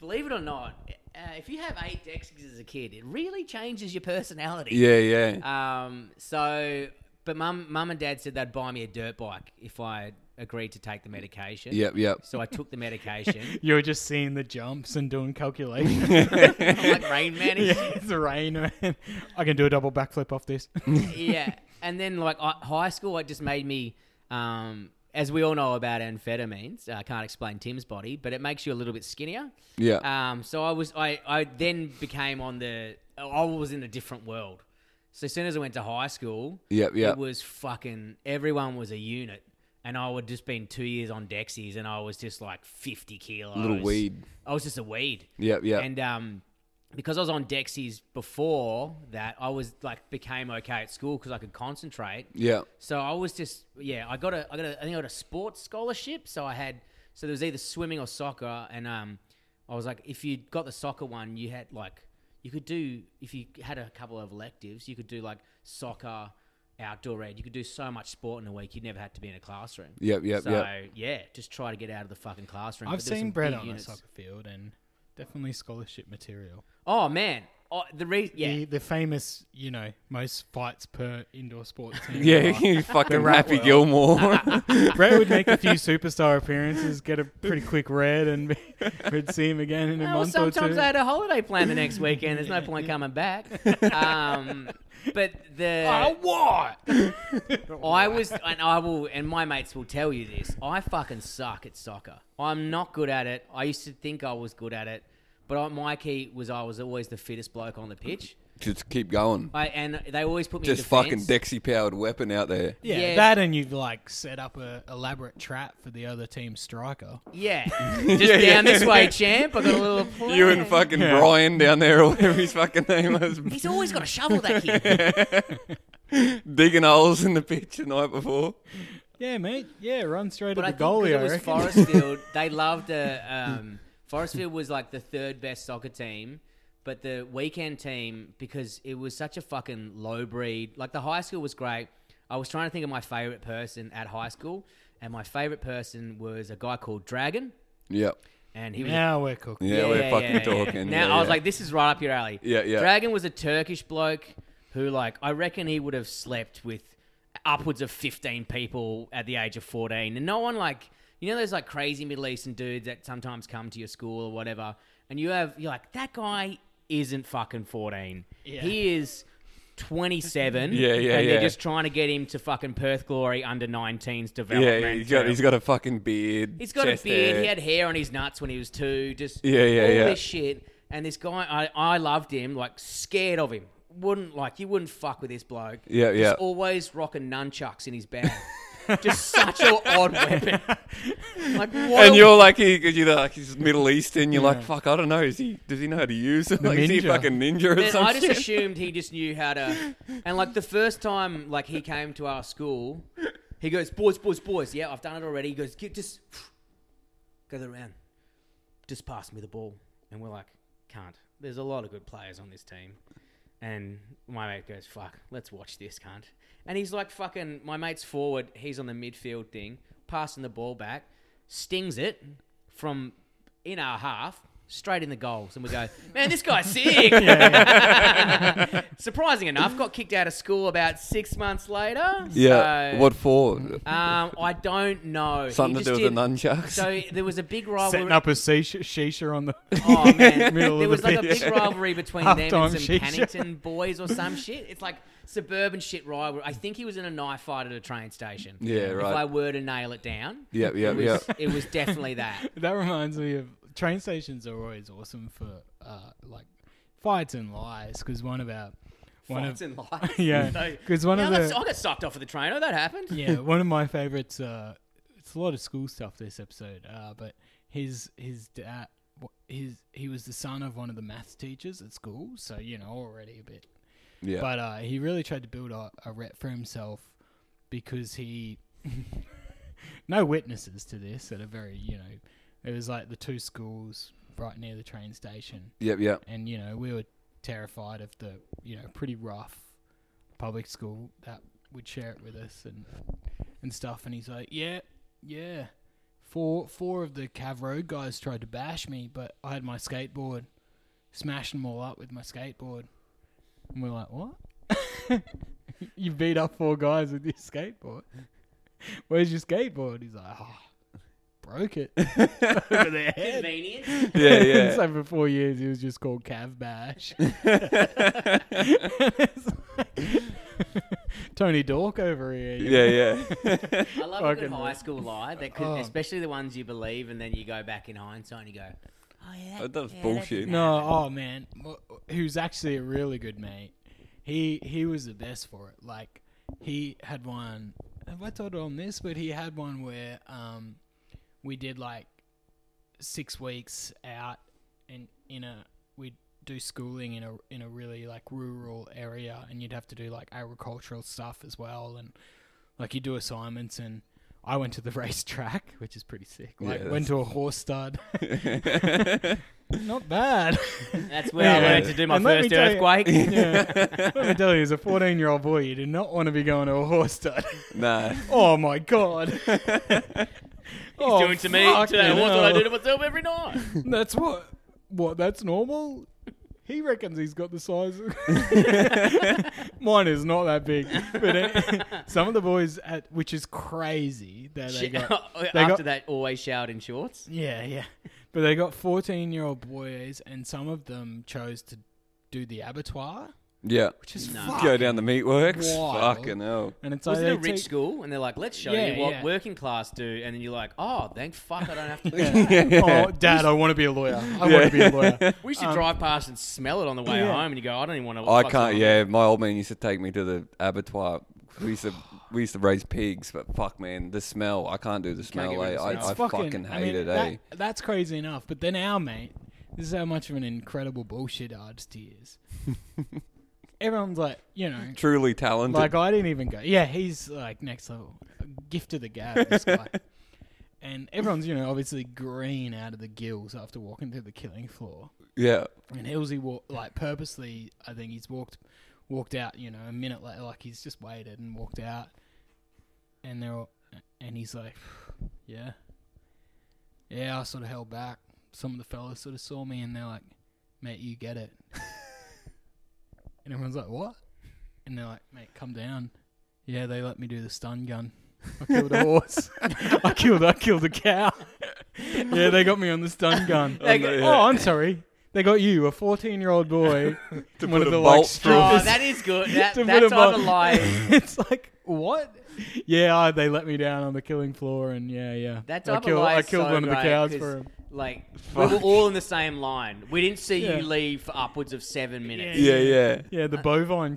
S3: believe it or not, uh, if you have eight dexies as a kid, it really changes your personality.
S1: Yeah, yeah.
S3: Um, so, but mum, mum and dad said they'd buy me a dirt bike if I agreed to take the medication.
S1: yep, yep.
S3: So
S1: [laughs]
S3: I took the medication.
S2: [laughs] You're just seeing the jumps and doing calculations.
S3: I'm like Rain Man. and
S2: [laughs]
S3: shit.
S2: yeah, it's rain. Man. I can do a double backflip off
S3: [laughs]
S2: this.
S3: yeah. And then like I, high school, it just made me, um, as we all know about amphetamines. I can't explain Tim's body, but it makes you a little bit skinnier.
S1: Yeah.
S3: Um, so I was I, I then became on the I was in a different world. So as soon as I went to high school,
S1: Yep, yep.
S3: it was fucking everyone was a unit. And I would just been two years on Dexies, and I was just like fifty kilos.
S1: Little weed.
S3: I was just a weed.
S1: Yep, yep.
S3: And um, because I was on Dexies before that, I was like became okay at school because I could concentrate.
S1: yeah.
S3: So I was just yeah, I got a I got a I think I got a sports scholarship. So I had so there was either swimming or soccer, and um, I was like, if you got the soccer one, you had like you could do if you had a couple of electives, you could do like soccer, outdoor ed. You could do so much sport in a week. You never had to be in a classroom.
S1: Yep, yep,
S3: so,
S1: yep.
S3: yeah, just try to get out of the fucking classroom.
S2: I've
S3: But there was
S2: seen
S3: some
S2: Brett
S3: big
S2: on
S3: units.
S2: the soccer field and definitely scholarship material.
S3: Oh man, oh, the reason yeah.
S2: The, the famous, you know, most fights per indoor sports team.
S1: Yeah, [laughs]
S3: [laughs]
S1: you fucking Happy Gilmore.
S2: Brett would make a few superstar appearances, get a pretty quick red, and [laughs] we'd see him again in a
S3: Well,
S2: month or two.
S3: Oh, sometimes I had a holiday plan the next weekend. There's
S2: [laughs]
S3: no point coming back. Um, but the
S2: what?
S3: I was, and I will, and my mates will tell you this. I fucking suck at soccer. I'm not good at it. I used to think I was good at it, but I, my key was I was always the fittest bloke on the pitch.
S1: [laughs] Just keep going.
S3: I, and they always put me
S1: Just
S3: in
S1: fucking
S3: defense.
S1: Dexy powered weapon out there.
S2: Yeah,
S3: Yeah.
S2: that and you've like set up a elaborate trap for the other team's striker.
S1: [laughs]
S3: Yeah, just
S1: Yeah,
S3: down
S1: yeah.
S3: this way, champ. I got a little. Plan.
S1: You and fucking
S2: Yeah.
S1: Brian down there, or whatever his fucking name was, [laughs]
S3: He's always got a shovel. That kid.
S1: digging holes in the pitch the night before.
S2: Yeah, mate. Yeah, run straight
S3: But I
S2: at
S3: think
S2: the goalie.
S3: 'cause
S2: I
S3: it was
S2: reckon. [laughs]
S3: Forestfield. they loved the um, Forestfield was like the third best soccer team, but the weekend team because it was such a fucking low breed. Like the high school was great. I was trying to think of my favorite person at high school, and my favorite person was a guy called Dragon,
S1: Yep.
S3: and he was a
S2: now we're cooking.
S1: Yeah, we're fucking talking.
S3: now
S1: Yeah,
S3: I was
S1: yeah.
S3: like, this is right up your alley.
S1: Yeah, yeah.
S3: Dragon was a Turkish bloke who, like, I reckon he would have slept with upwards of fifteen people at the age of fourteen, and no one like, you know, those like crazy Middle Eastern dudes that sometimes come to your school or whatever, and you have you're like, that guy isn't fucking fourteen.
S2: Yeah.
S3: He is.
S1: [laughs]
S3: 27
S1: Yeah, yeah,
S3: and
S1: yeah.
S3: they're just trying to get him to fucking Perth Glory under 19s development
S1: Yeah, he's got he's got a fucking beard.
S3: He's got
S1: chest
S3: a beard.
S1: hair.
S3: He had hair on his nuts when he was two. Just
S1: uh, Yeah, yeah,
S3: all
S1: yeah.
S3: this shit. And this guy, I, I loved him. Like scared of him. Wouldn't like you wouldn't fuck with this bloke.
S1: Yeah,
S3: Just
S1: yeah.
S3: Always rocking nunchucks in his bag. just such an
S1: [laughs]
S3: odd weapon. Like what?
S1: and
S3: a-
S1: you're like, he, 'cause you're like, he's Middle Eastern. You're like, fuck, I don't know. Is he? Does he know how to use it? [laughs] Like, is he a
S2: ninja.
S1: fucking ninja or
S3: And I
S1: something?
S3: just assumed he just knew how to. And like the first time, like he came to our school, He goes, boys, boys, boys. Yeah, I've done it already. He goes, "Get- just [sighs] go the round. Just pass me the ball. And we're like, can't. There's a lot of good players on this team. And my mate goes, fuck, let's watch this, cunt. And he's like, fucking, my mate's forward. He's on the midfield thing, passing the ball back, stings it from in our half. Straight in the goals, and we go, man, this guy's sick. [laughs] Surprising enough, got kicked out of school about six months later.
S1: Yeah.
S3: so-
S1: what for?
S3: um, I don't know. He
S1: Something to
S3: just
S1: do with
S3: did-
S1: the nunchucks. [laughs]
S3: So there was a big
S2: Setting
S3: rivalry.
S2: up a shisha, shisha on the. [laughs]
S3: oh man,
S2: middle of
S3: there was
S2: the
S3: like a
S2: pitch.
S3: big rivalry between them
S2: Halftime
S3: and some
S2: shisha.
S3: Paddington boys or some shit. It's like suburban shit rivalry. I think he was in a knife fight at a train station.
S1: Yeah, right.
S3: If I were to nail it down,
S1: yeah, yeah,
S3: it
S1: yeah. [laughs]
S3: was, it was definitely that.
S2: That reminds me of train stations are always awesome for uh, like fights and lies because one of our [laughs] one
S3: Fights
S2: of
S3: and lies.
S2: [laughs]
S3: [laughs]
S2: Yeah,
S3: So-
S2: 'cause one
S3: Yeah,
S2: of
S3: I got-
S2: the-
S3: I got sucked off of the train. Oh, that happened. [laughs]
S2: yeah one of my favorites. Uh, it's a lot of school stuff this episode, uh, but his his dad his he was the son of one of the maths teachers at school, so you know already a bit
S1: yeah.
S2: But uh, he really tried to build a, a rep for himself because he [laughs] no witnesses to this at a very you know it was like the two schools right near the train station,
S1: yep, yep.
S2: and you know we were terrified of the you know pretty rough public school that would share it with us and and stuff. And he's like, yeah, yeah. Four four of the Cav Road guys tried to bash me, but I had my skateboard, smashed them all up with my skateboard. And we're like, what? [laughs] you beat up four guys with your skateboard. Where's your skateboard? He's like, oh, broke it. [laughs] Over their head.
S3: Convenient.
S1: [laughs]
S2: [laughs]
S1: Yeah, [laughs] yeah.
S2: so for four years, he was just called
S1: [laughs]
S2: Cav Bash. [laughs] Tony Dork over here. you
S1: yeah,
S2: know?
S1: yeah.
S3: I love a
S2: Fucking
S3: good high
S2: right.
S3: school lie that could,
S2: Oh.
S3: especially the ones you believe, and then you go back in hindsight and you go, "Oh yeah,
S1: That- that was
S3: yeah,
S1: bullshit.
S3: didn't
S2: No,
S3: happen."
S2: oh man, Wh- who's actually a really good mate. He he was the best for it. Like he had one. Have I told on this? But he had one where um, we did like six weeks out and in a we'd do schooling in a in a really like rural area, and you'd have to do like agricultural stuff as well, and like you do assignments and. I went to the [laughs] racetrack, which is pretty sick. Like,
S1: Yeah,
S2: went to a horse stud. [laughs] Not bad.
S3: That's where I
S1: Yeah.
S3: learned to do my
S2: And let me
S3: first
S2: tell you- [laughs]
S3: earthquake.
S2: Yeah. [laughs] Let me tell you, as a 14 year old boy, you did not want to be going to a horse
S3: [laughs]
S2: stud.
S1: [laughs] Nah.
S2: oh my god. He's
S3: He's doing to me
S2: Oh,
S3: today. What's what I do to myself every night?
S2: That's what. What? That's normal. He reckons he's got the size. of-
S3: [laughs]
S2: Mine is not that big, but it, some of the boys at which is crazy that they got.
S3: [laughs] Oh, After
S2: they got-
S3: that, always showered in shorts.
S2: Yeah, yeah. But they got 14 year old boys, and some of them chose to do the abattoir,
S1: Yeah.
S2: which is
S3: No.
S2: fuck.
S1: Go down the meatworks.
S2: Wild.
S1: Fucking hell.
S2: And it's
S3: Was
S2: like
S3: it a
S2: they
S3: rich
S2: take-
S3: school? And they're like, let's show
S2: Yeah,
S3: you what
S2: yeah.
S3: working class do. And then you're like, oh, thank fuck, I don't
S2: [laughs]
S3: have to.
S2: Oh, Dad, I want to be a lawyer. I want to be a lawyer.
S3: We should drive past and smell it on the way
S2: um, yeah.
S3: home. And you go, I don't even want to.
S1: I can't. Yeah, my old man used to take me to the abattoir. We used to we used to raise pigs, but fuck, man, the smell. I can't do the
S3: can't get
S1: smell.
S3: rid
S1: Eh?
S3: of the
S1: I,
S3: smell.
S1: I fucking
S2: I
S1: hate
S2: mean,
S1: it.
S2: that-
S1: eh?
S2: that's crazy enough. But then our mate, this is how much of an incredible bullshit artist he
S1: [laughs]
S2: is. Everyone's like, you know,
S1: Truly talented.
S2: like I didn't even go. Yeah, he's like next level, gift of the gab.
S1: [laughs]
S2: This guy. And everyone's, you know, obviously green out of the gills after walking through the killing floor.
S1: yeah,
S2: And Hilsey walk like purposely. I think he's walked walked out. You know, a minute later, like he's just waited and walked out. And they're all, and he's like, [sighs] yeah, yeah. I sort of held back. Some of the fellas sort of saw me and they're like, mate, you
S1: [laughs]
S2: get it. and everyone's like, what? And they're like, mate, come down. Yeah, they let me do the stun gun. I killed
S1: [laughs]
S2: a horse. [laughs] I killed. I killed a cow. yeah, they got me on
S1: [laughs]
S2: the stun gun.
S1: They got-
S2: oh, I'm sorry. They got you, a 14 year
S1: [laughs]
S2: old boy, to
S1: put a bolt through.
S2: [laughs]
S3: Oh,
S2: strippers.
S3: that is good. That,
S2: To put
S3: that
S2: a
S3: type
S2: bo-
S3: of lie.
S2: [laughs] it's like oh, what? Yeah, I- they let me down on the killing floor, and yeah, yeah.
S3: That
S2: I
S3: type
S2: killed,
S3: of lie
S2: I
S3: is
S2: killed
S3: so
S2: one of the
S3: great,
S2: cows
S3: 'cause
S2: for him. [laughs]
S3: Like we were all in the same line. We didn't see
S2: Yeah.
S3: you leave for upwards of seven minutes.
S1: Yeah, yeah.
S2: Yeah, the bovine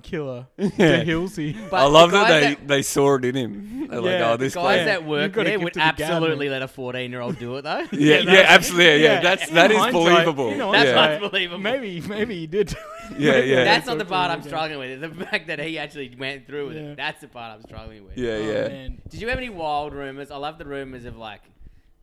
S1: [laughs]
S2: killer,
S1: Yeah.
S2: the Hilsey.
S3: But
S1: I love
S3: the
S1: that
S3: guys
S1: they, they saw it in him. They're
S2: Yeah,
S1: like, oh,
S2: the
S1: this
S3: guys
S1: guy.
S2: Yeah.
S3: that
S2: You've
S3: work
S2: gotta
S3: there
S2: give
S3: would
S2: to the gab,
S3: absolutely
S2: mate.
S3: let a fourteen-year-old do it though.
S1: Yeah, yeah,
S2: that's-
S1: absolutely. Yeah,
S2: yeah,
S1: that's
S2: in
S1: that is
S2: hindsight-
S1: believable.
S2: in
S3: That's
S1: yeah.
S2: hindsight,
S3: unbelievable.
S2: Maybe, maybe he did.
S1: Yeah, yeah.
S3: [laughs] That's not the part I'm
S2: Yeah.
S3: struggling with. It's the fact that he actually went through with
S2: Yeah.
S3: it. That's the part I'm struggling with.
S1: yeah, [laughs]
S2: Oh,
S1: yeah.
S2: man.
S3: Um, Did you have any wild rumors? I love the rumors of like,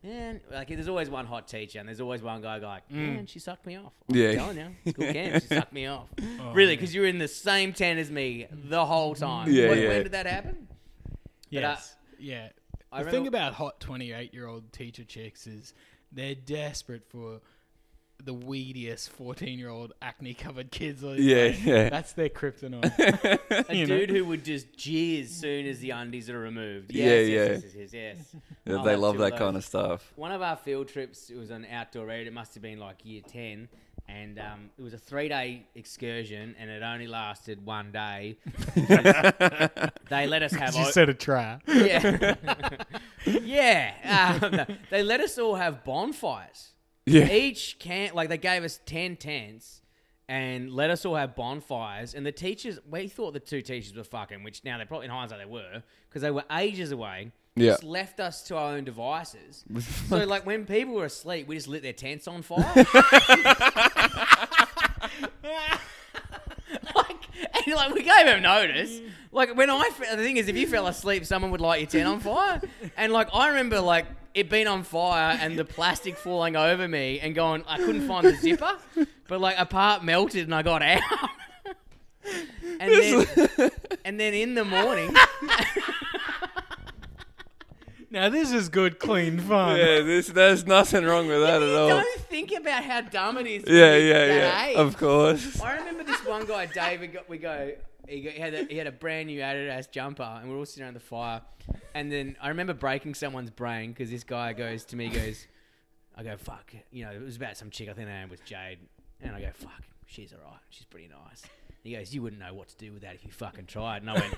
S3: man, like there's always one hot teacher and there's always one guy go like, man, she sucked me off. I'm
S1: Yeah.
S3: telling you,
S1: [laughs]
S3: school camp, she sucked me [laughs] off.
S2: Oh,
S3: really,
S2: man.
S3: because you were in the same tent as me the whole time.
S1: Yeah,
S3: when,
S1: yeah.
S3: when did that happen? But I-
S2: Yes. yeah.
S3: I
S2: the
S3: remember-
S2: thing about hot 28 year old teacher chicks is they're desperate for the weediest 14 year old acne covered kids. Like,
S1: Yeah, yeah.
S2: [laughs] That's
S1: [laughs]
S2: their kryptonite.
S3: A
S2: You know?
S3: dude who would just jeer as soon as the undies are removed.
S1: Yeah,
S3: Yes,
S1: yeah.
S3: Yes, yes, yes, yes, yes.
S1: Yeah,
S3: I'll
S1: they
S3: have
S1: love
S3: two of
S1: that kind
S3: those.
S1: of stuff.
S3: One of our field trips, it was an outdoor area. It must have been like year 10. And um, it was a three day excursion and it only lasted one day. they let us have.
S2: you
S3: o-
S2: said a try.
S3: yeah. [laughs] yeah. Um, no. They let us all have bonfires.
S1: Yeah,
S3: Each can like they gave us ten tents and let us all have bonfires. And the teachers, we thought the two teachers were fucking, which now they probably in hindsight they were because they were ages away.
S1: Yeah.
S3: Just left us to our own devices. so like when people were asleep, we just lit their tents on fire. [laughs] like, and like we gave him notice. Like when I, fe- the thing is, if you fell asleep, someone would light your tent on fire. And like I remember, like it being on fire and the plastic falling over me and going, I couldn't find the zipper, but like a part melted and I got out. [laughs] and then, and then in the morning,
S2: Now, this is good, clean fun.
S1: yeah. This, there's nothing wrong with that at all.
S3: don't think about how dumb it is. when
S1: Yeah,
S3: you're
S1: yeah,
S3: that
S1: yeah.
S3: age.
S1: Of course.
S3: I remember this one guy, David. Got, we go. He, go, he had a, he had a brand new Adidas jumper, and we we're all sitting around the fire. And then I remember breaking someone's brain because this guy goes to me, he goes, I go fuck, you know, it was about some chick. I think her name was Jade, and I go fuck, she's alright, she's pretty nice. And he goes, you wouldn't know what to do with that if you fucking tried. And I went,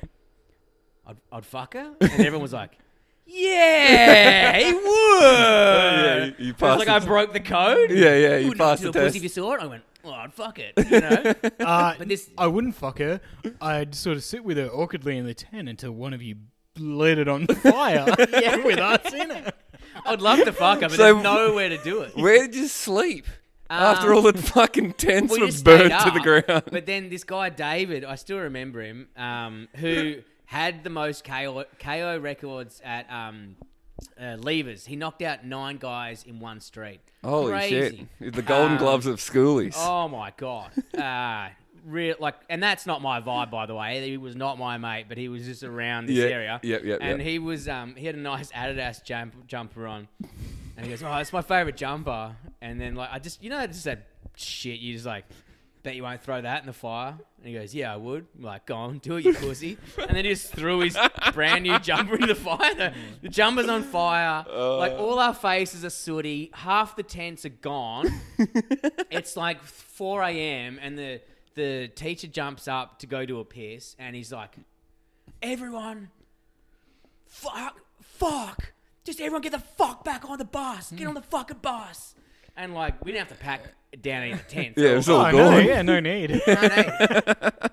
S3: [laughs] I'd, I'd fuck her, and everyone was like. Yeah,
S1: [laughs]
S3: he
S1: [laughs]
S3: would.
S1: Yeah, you- you
S3: I was
S1: passed
S3: like,
S1: the
S3: I
S1: t-
S3: broke the code.
S1: Yeah, yeah.
S3: You
S1: You
S3: wouldn't know what
S1: passed
S3: to
S1: the
S3: do with a pussy
S1: test.
S3: if you saw it. I went, oh, I'd fuck it. You know.
S2: [laughs] Uh,
S3: But this-
S2: I wouldn't fuck her. I'd sort of sit with her awkwardly in the tent until one of you lit it
S3: [laughs]
S2: on fire with us in it.
S3: I'd love to fuck her, but
S1: So-
S3: there's nowhere to do it.
S1: Where did you sleep? After all the fucking tents
S3: Um, We
S1: were
S3: just
S1: burned to
S3: stayed
S1: the
S3: up,
S1: ground.
S3: But then this guy David, I still remember him, um, who had the most KO, KO records at um, uh, Levers. He knocked out nine guys in one street.
S1: Holy
S3: Crazy.
S1: shit! The golden
S3: Um,
S1: gloves of schoolies.
S3: Oh my god. [laughs] Uh, real like and that's not my vibe by the way. He was not my mate, but he was just around this
S1: Yeah,
S3: area.
S1: yep, yep,
S3: And
S1: yep.
S3: he was um he had a nice Adidas jump, jumper on. And he goes, "Oh, it's my favorite jumper." And then like I just you know just that shit you just like Bet you won't throw that in the fire. And he goes, "Yeah, I would." I'm like, go on, do it,
S1: [laughs]
S3: you pussy. And then he just threw his brand new jumper in the fire. The, the jumper's on fire.
S1: Uh.
S3: like all our faces are sooty. Half the tents are gone it's like 4 a.m. and the the teacher jumps up to go do a piss and he's like, "Everyone, fuck, fuck, just everyone get the fuck back on the bus, get on the fucking bus." And like we didn't have to pack down any of the tents.
S1: Yeah, it was all
S2: Oh, no,
S1: gone.
S2: yeah, no
S3: [laughs]
S2: need.
S1: [laughs]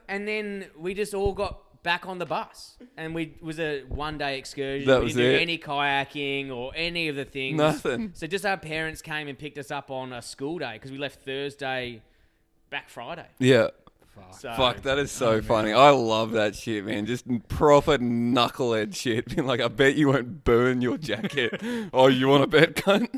S3: and then we just all got back on the bus and we it was a one day excursion
S1: That
S3: we
S1: was
S3: didn't do
S1: it.
S3: any kayaking or any of the things
S1: Nothing.
S3: [laughs] so just our parents came and picked us up on a school day because we left thursday back friday
S1: Yeah.
S3: so
S1: Fuck, that is so
S3: Oh,
S1: funny. I love that shit, man. Just proper knucklehead shit. [laughs] Being like, I bet you won't burn your
S3: [laughs]
S1: jacket. oh, you want to bet, cunt?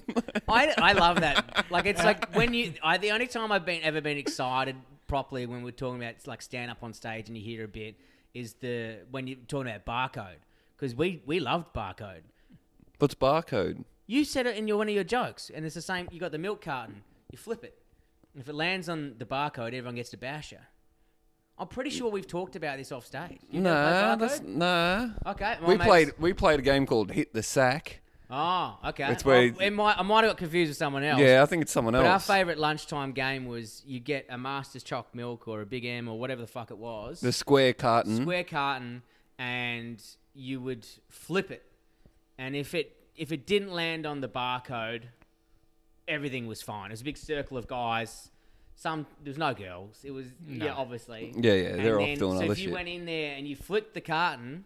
S1: [laughs]
S3: I, I love that like it's like when you I, the only time i've been ever been excited properly when we're talking about like stand up on stage and you hear a bit is the when you're talking about barcode because we we loved barcode
S1: What's barcode?
S3: You said it in your one of your jokes, and it's the same. You got the milk carton. You flip it. And if it lands on the barcode, everyone gets to bash you. I'm pretty sure we've talked about this off stage. You never
S1: Nah,
S3: played
S1: that's
S3: barcode?
S1: nah.
S3: okay. my
S1: we
S3: mates-
S1: played we played a game called Hit the Sack.
S3: Oh, okay.
S1: That's where-
S3: Oh, it might, I might have got confused with someone else.
S1: Yeah, I think it's someone
S3: But our
S1: else.
S3: favourite lunchtime game was you get a Master's Choc milk or a Big M or whatever the fuck it was.
S1: the square carton.
S3: square carton and you would flip it and if it if it didn't land on the barcode everything was fine. It was a big circle of guys. Some there was no girls. It was yeah, obviously.
S1: Yeah, yeah, they're off
S3: then,
S1: doing
S3: so
S1: other
S3: if you
S1: shit.
S3: went in there and you flipped the carton,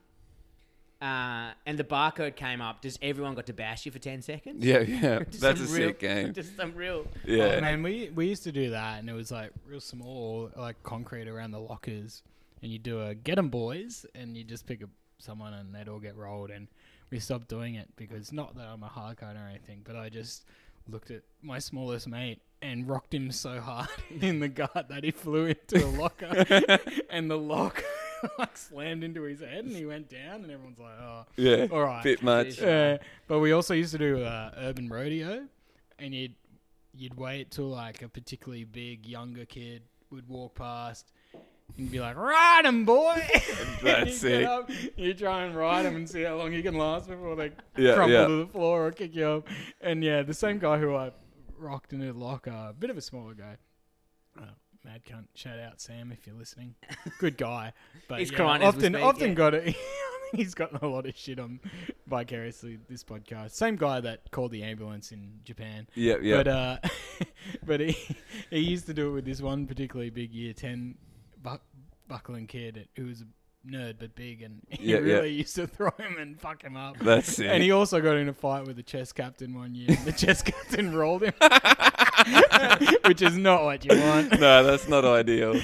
S3: uh, and the barcode came up, does everyone got to bash you for ten
S1: [laughs]
S3: seconds?
S1: Yeah, yeah.
S3: [laughs] Just
S1: That's a
S3: some real- [laughs]
S1: sick game.
S3: Just oh, some real.
S1: Yeah.
S2: Oh, Man, we we used to do that, and it was like real small, like concrete around the lockers, and you do a get 'em boys, and you just pick up someone, and they'd all get rolled, and we stopped doing it because not that I'm a hardcore or anything, but I just looked at my smallest mate and rocked him so hard [laughs] in the gut that he flew into a locker, and the lock [laughs] like slammed into his head, and he went down, and everyone's like, oh,
S1: Yeah.
S2: all right,
S1: Bit much.
S2: yeah, but we also used to do uh, urban rodeo, and you'd you'd wait till like a particularly big younger kid would walk past. And be like, ride 'em, boy. [laughs] And
S1: That's
S2: you get
S1: sick.
S2: up, You try and ride 'em and see how long you can last before they
S1: Yeah,
S2: crumple
S1: yeah.
S2: to the floor or kick you up. And yeah, the same guy who I rocked in a locker, a bit of a smaller guy. Uh, mad cunt. Shout out Sam if you're listening. Good guy. But
S3: He's
S2: yeah,
S3: crying as we
S2: often,
S3: speak,
S2: often
S3: yeah.
S2: got it. [laughs] he's gotten a lot of shit on vicariously this podcast. Same guy that called the ambulance in Japan.
S1: Yeah, yeah.
S2: But uh, [laughs] but he he used to do it with this one particularly big year ten buck, buckling kid who was a nerd but big, and [laughs] he
S1: Yeah, yeah.
S2: really used to throw him and fuck him up.
S1: [laughs] That's it. [laughs]
S2: And he also got in a fight with the chess captain one year. and The chess captain
S1: [laughs]
S2: rolled him, which is not what you want.
S1: no, that's not
S3: [laughs]
S1: ideal.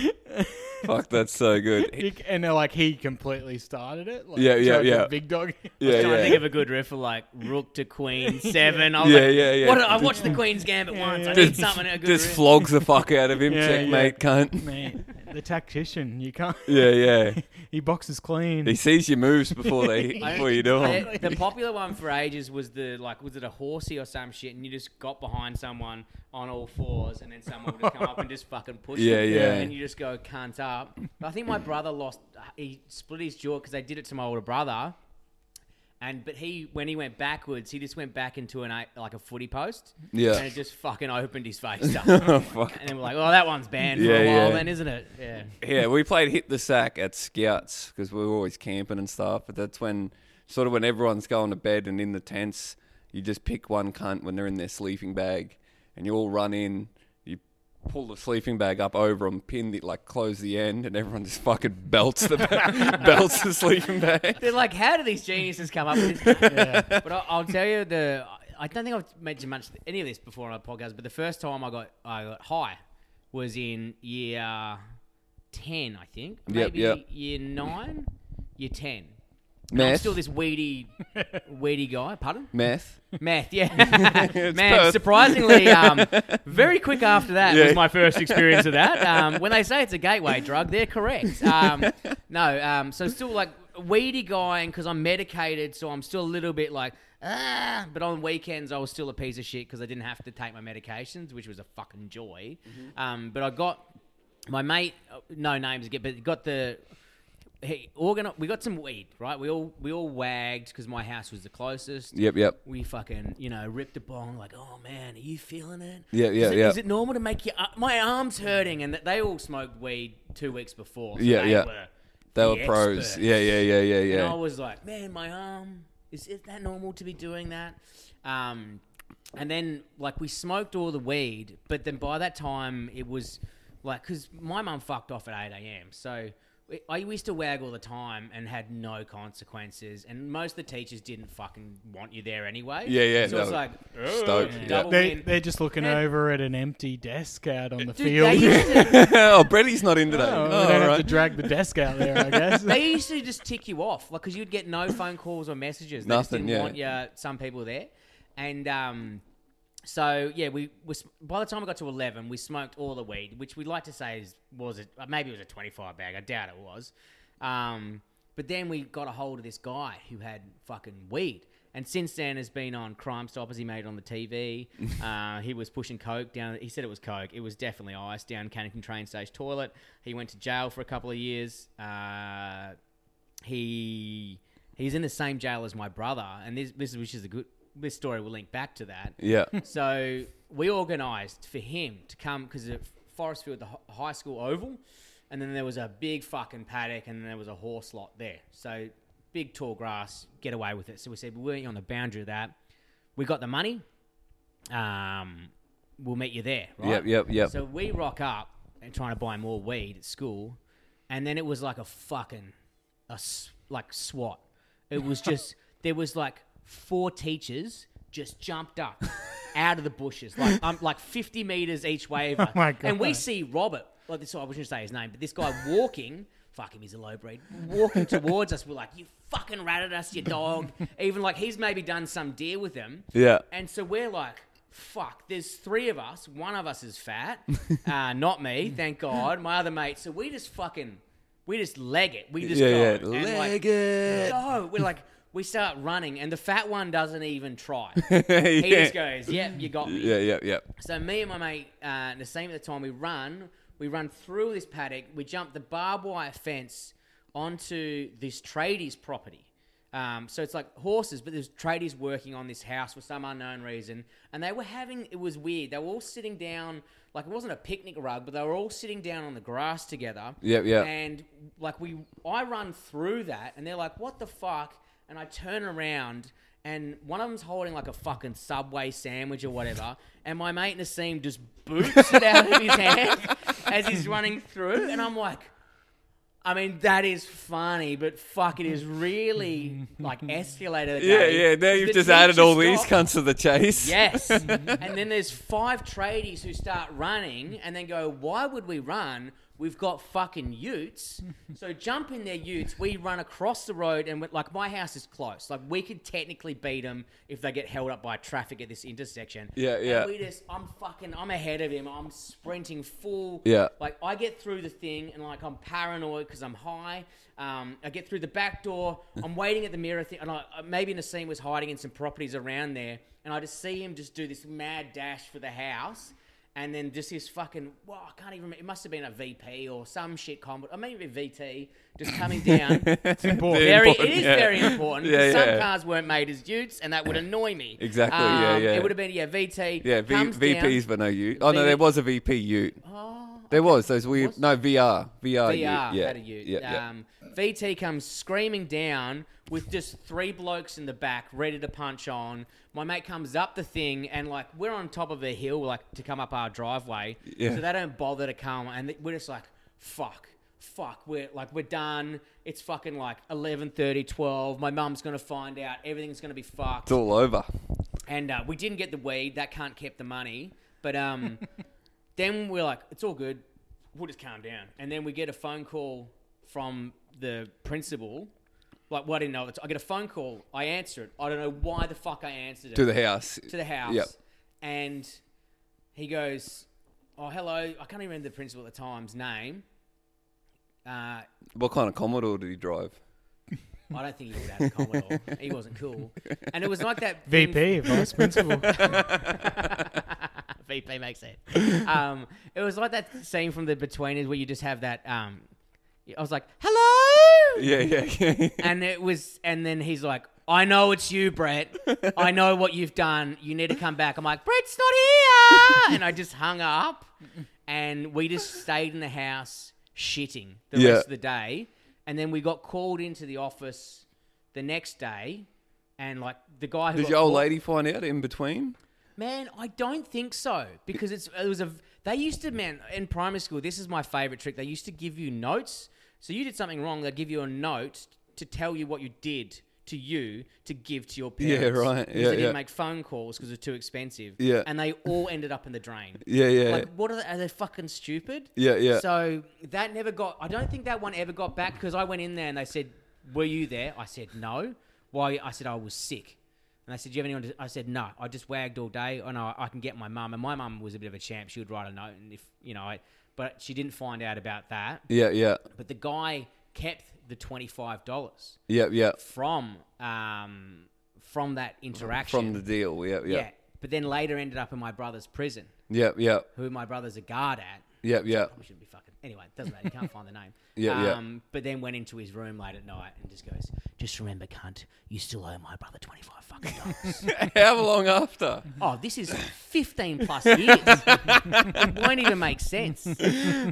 S1: Fuck, that's so good.
S2: You c- And they're like he completely started it. Like,
S1: Yeah, yeah,
S2: so the
S1: yeah.
S2: Big dog.
S1: Yeah,
S3: Trying to
S1: yeah.
S3: think of a good riff for like rook
S1: [laughs]
S3: to queen seven. I was
S1: Yeah,
S3: like,
S1: yeah, yeah.
S3: What, I watched the Queen's Gambit
S1: [laughs]
S3: once. I need something a good
S1: Just
S3: riff.
S1: flogs the fuck out of
S3: [laughs]
S1: him,
S2: Yeah,
S1: checkmate, cunt.
S2: Man, the tactician. You can't. [laughs]
S1: Yeah, yeah.
S2: He boxes clean.
S1: He sees your moves before
S3: [laughs]
S1: they
S3: I-
S1: before you do them.
S3: I- the popular one for ages was the like, was it a horsey or some shit? And you just got behind someone on all fours, and then someone would just come up and
S1: [laughs]
S3: just fucking push
S1: Yeah,
S3: you.
S1: yeah.
S3: And you just go cunt up. But I think my brother lost. He split his jaw because they did it to my older brother. And but he when he went backwards, he just went back into an a- like a footy post.
S1: Yeah.
S3: And it just fucking opened
S1: [laughs]
S3: his face up. and
S1: Oh, fuck.
S3: then we're like, oh, that one's banned for a
S1: Yeah,
S3: while,
S1: yeah.
S3: then, isn't it? Yeah.
S1: Yeah, we played hit the sack at Scouts because we were always camping and stuff. But that's when, sort of, when everyone's going to bed and in the tents, you just pick one cunt when they're in their sleeping bag, and you all run in. You pull the sleeping bag up over them, pin the like, close the end, and everyone just fucking belts the [laughs] belts the sleeping bag.
S3: They're like, how do these geniuses come up with this? But I, I'll tell you the. I don't think I've mentioned much any of this before on a podcast. But the first time I got I got high was in year ten, I think. Maybe
S1: yep.
S3: year nine, year ten. And I'm
S1: Meth,
S3: still this weedy, weedy guy. Pardon?
S1: meth.
S3: Math,
S1: [laughs]
S3: yeah. Man,
S1: Perth. [laughs]
S3: surprisingly, um, very quick after that
S1: Yeah.
S3: was my first experience of that. Um, when they say it's a gateway drug, they're correct.
S1: [laughs]
S3: Um, no, um, so still like weedy guy, and because I'm medicated, so I'm still a little bit like, ah. But on weekends, I was still a piece of shit because I didn't have to take my medications, which was a fucking joy.
S1: Mm-hmm.
S3: Um, but I got my mate, uh, no names again, but got the hey, organ. We got some weed, right? We all we all wagged because my house was the closest
S1: Yep, yep.
S3: we fucking you know ripped a bong like oh man are you feeling it
S1: Yeah, yeah,
S3: is it,
S1: yeah.
S3: is it normal to make your uh, my arms hurting and th- they all smoked weed two weeks before so
S1: Yeah,
S3: they
S1: yeah.
S3: were,
S1: They
S3: The
S1: were pros.
S3: experts.
S1: Yeah, yeah, yeah, yeah,
S3: and I
S1: yeah.
S3: was like man my arm is is that normal to be doing that um and then like we smoked all the weed but then by that time it was like because my mum fucked off at 8 a.m so we- I used to wag all the time and had no consequences, and most of the teachers didn't fucking want you there anyway.
S1: Yeah, yeah,
S3: So it's
S1: no.
S3: like,
S1: Stoked. Yeah.
S3: Double
S2: They,
S3: win.
S2: they're just looking
S3: Yeah.
S2: over at an empty desk out on the
S3: Dude,
S1: [laughs]
S2: field.
S3: They used, to,
S1: [laughs] oh, Brady's not in today.
S2: [laughs] Oh, we
S1: Oh,
S2: don't
S1: all
S2: have to
S1: right.
S2: drag the desk out there,
S3: [laughs]
S2: I guess. [laughs]
S3: they used to just tick you off, like because you'd get no phone calls or messages. They just
S1: Nothing,
S3: didn't
S1: yeah.
S3: want you. Some people there, and um, so yeah, we was by the time we got to eleven, we smoked all the weed, which we like to say is was it uh, maybe it was a twenty five bag. I doubt it was. Um, but then we got a hold of this guy who had fucking weed. And since then, has been on Crime Stoppers. He made it on
S1: [laughs]
S3: the TV. Uh, he was pushing coke down. He said it was coke. It was definitely ice down Cannington train station toilet. He went to jail for a couple of years. Uh, he he's in the same jail as my brother, and this this which is a good this story will link back to that.
S1: Yeah.
S3: So we organised for him to come because at Forest Field, the hi- high school oval, and then there was a big fucking paddock, and then there was a horse lot there. So big tall grass, get away with it. So we said we weren't on the boundary of that. We got the money. Um, we'll meet you there. Right?
S1: Yep, yep, yep.
S3: So we rock up and trying to buy more weed at school, and then it was like a fucking, a s- like SWAT.
S2: [laughs]
S3: It was just there was like four teachers just jumped up [laughs] out of the bushes, like um, like fifty meters each way of us,
S2: [laughs] Oh my God.
S3: and we see Robert. Well, this I shouldn't say his name, but this guy walking. [laughs] Fuck him, he's a low breed. Walking towards us, we're like, "You fucking ratted us,
S2: [laughs]
S3: you dog." Even like he's maybe done some deal with them.
S1: Yeah.
S3: [laughs] And so we're like, fuck, there's three of us. One of us is fat.
S1: [laughs]
S3: Uh, not me, thank God. My other mate. So we just fucking, we just leg it. We just
S1: Yeah,
S3: go.
S1: yeah.
S3: And, like,
S1: Leg it.
S3: [laughs] Go. We're like, we start running and the fat one doesn't
S1: [laughs]
S3: even try.
S1: [laughs] yeah.
S3: He just goes, yep, you got me.
S1: yeah, yeah, yeah.
S3: So me and my mate uh, Nassim at the time, we run, we run through this paddock, we jump the barbed wire fence onto this tradies property. Um, so it's like horses, but there's tradies working on this house for some unknown reason, and they were having it was weird. They were all sitting down, like it wasn't a picnic rug, but they were all sitting down on the grass together.
S1: Yep, yep.
S3: And like we, I run through that, and they're like, "What the fuck?" And I turn around, and one of them's holding like a fucking Subway sandwich or whatever, and my mate Nassim just boots it out of
S1: [laughs]
S3: his hand as he's running through, and I'm like. I mean that is funny, but fuck, it is really like escalated. the
S1: Yeah,
S3: game.
S1: yeah. Now
S3: The
S1: you've just added
S3: teacher
S1: all these
S3: stopped.
S1: cunts to the chase. [laughs]
S3: Yes. and then there's five tradies who start running and then go, Why would we run? We've got fucking utes.
S1: [laughs]
S3: So jump in their utes. We run across the road and, we're- like, my house is close. Like, we could technically beat them if they get held up by traffic at this intersection.
S1: Yeah,
S3: And
S1: yeah.
S3: we just, I'm fucking, I'm ahead of him. I'm sprinting full.
S1: Yeah.
S3: Like, I get through the thing and, like, I'm paranoid because I'm high. Um, I get through the back door. I'm waiting at the mirror thing. And I, uh, maybe Nassim was hiding in some properties around there. And I just see him just do this mad dash for the house. And then just his fucking, well, I can't even remember. It must have been a VP or some shit combo. I mean, a VT just coming down.
S2: It's important.
S1: Yeah.
S3: very, it
S1: important,
S3: is
S1: yeah.
S3: very important.
S1: Yeah,
S3: because Some
S1: yeah.
S3: cars weren't made as utes, and that would annoy me. Um,
S1: Exactly, yeah, yeah.
S3: It would have been, yeah, VT.
S1: Yeah, v-
S3: comes down.
S1: VPs, but no Ute. Oh, no,
S3: V-
S1: there was a VP Ute.
S3: Oh,
S1: There was. Those we
S3: Was-
S1: No, VR. VR,
S3: VR
S1: Ute. Yeah.
S3: had a ute.
S1: Yeah, yeah.
S3: um, VT comes screaming down with just three blokes in the back ready to punch on. My mate comes up the thing and like we're on top of a hill like to come up our driveway,
S1: Yeah.
S3: so they don't bother to come and we're just like fuck. Fuck, we're like we're done. It's fucking like 11:30, 12. My mum's gonna find out. Everything's gonna be fucked
S1: It's all over.
S3: and uh, we didn't get the weed. That can't keep the money.
S1: [laughs]
S3: But um, then we're like, it's all good. We'll just calm down. And then we get a phone call from the principal. Like, well, I didn't know. I get a phone call. I answer it. I don't know why the fuck I answered it
S1: To the house.
S3: to the house.
S1: Yep.
S3: And he goes, "Oh, hello. I can't even remember the principal at the time's name. Uh,
S1: What kind of Commodore did he drive?
S3: I don't think he was at Commodore. he wasn't cool. And it was
S2: [laughs]
S3: like that thing [laughs]
S2: VP, vice principal. [laughs]
S3: VP E makes sense. Um, it was like that scene from The Betweeners where you just have that. Um, I was like, "Hello,"
S1: Yeah, yeah, yeah.
S3: [laughs] and it was, and then he's like, "I know it's you, Brett. I know what you've done. You need to come back." I'm like, "Brett's not here," and I just hung up, and we just stayed in the house shitting the
S1: Yeah.
S3: rest of the day, and then we got called into the office the next day, and like the guy who
S1: Did
S3: got
S1: your old
S3: called-
S1: lady find out in between?
S3: Man, I don't think so because it's it was a they used to man in primary school. This is my favorite trick. They used to give you notes. So you did something wrong. They'd give you a note to tell you what you did to you to give to your
S1: Yeah,
S3: parents.
S1: right.
S3: Because
S1: Yeah,
S3: they
S1: yeah.
S3: didn't make phone calls because they're too expensive.
S1: Yeah.
S3: and they all ended up in the drain.
S1: Yeah, yeah.
S3: Like, what are they? Are they fucking stupid?
S1: Yeah, yeah.
S3: So that never got. I don't think that one ever got back because I went in there and they said, "Were you there?" I said, "No." Why? I said I was sick. And they said, "Do you have anyone?" To, I said, "No. I just wagged all day, and I, I can get my mum." And my mum was a bit of a champ. She would write a note, and if you know, I, but she didn't find out about that.
S1: yeah, yeah.
S3: But the guy kept the twenty five dollars
S1: Yeah, yeah.
S3: from um from that interaction.
S1: From the deal. Yeah, yeah.
S3: yeah. But then later ended up in my brother's prison,
S1: Yeah, yeah.
S3: who my brother's a guard at.
S1: Yeah,
S3: [laughs]
S1: yeah.
S3: Probably shouldn't be fucking. Anyway, doesn't matter. You can't find the name.
S1: [laughs] Yeah, yeah.
S3: um, But then went into his room late at night and just goes, "Just remember, cunt, you still owe my brother twenty five fucking
S1: [laughs]
S3: dollars."
S1: How long after?
S3: oh, this is fifteen plus years. [laughs] it won't even make sense.
S1: [laughs]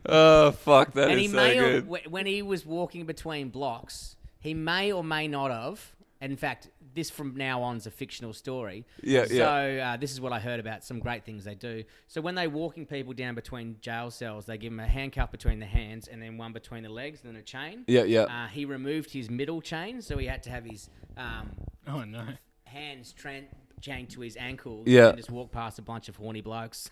S1: Oh, fuck. That is
S3: and he
S1: so
S3: may or,
S1: good.
S3: wh- when he was walking between blocks, he may or may not have. In fact, this from now on's a fictional story.
S1: Yeah,
S3: so,
S1: yeah.
S3: uh, this is what I heard about some great things they do. So when they're walking people down between jail cells, they give them a handcuff between the hands and then one between the legs and then a chain.
S1: Yeah, yeah.
S3: Uh, he removed his middle chain, so he had to have his um,
S2: Oh no.
S3: hands tran chained to his ankles
S1: Yeah.
S3: and just walk past a bunch of horny blokes.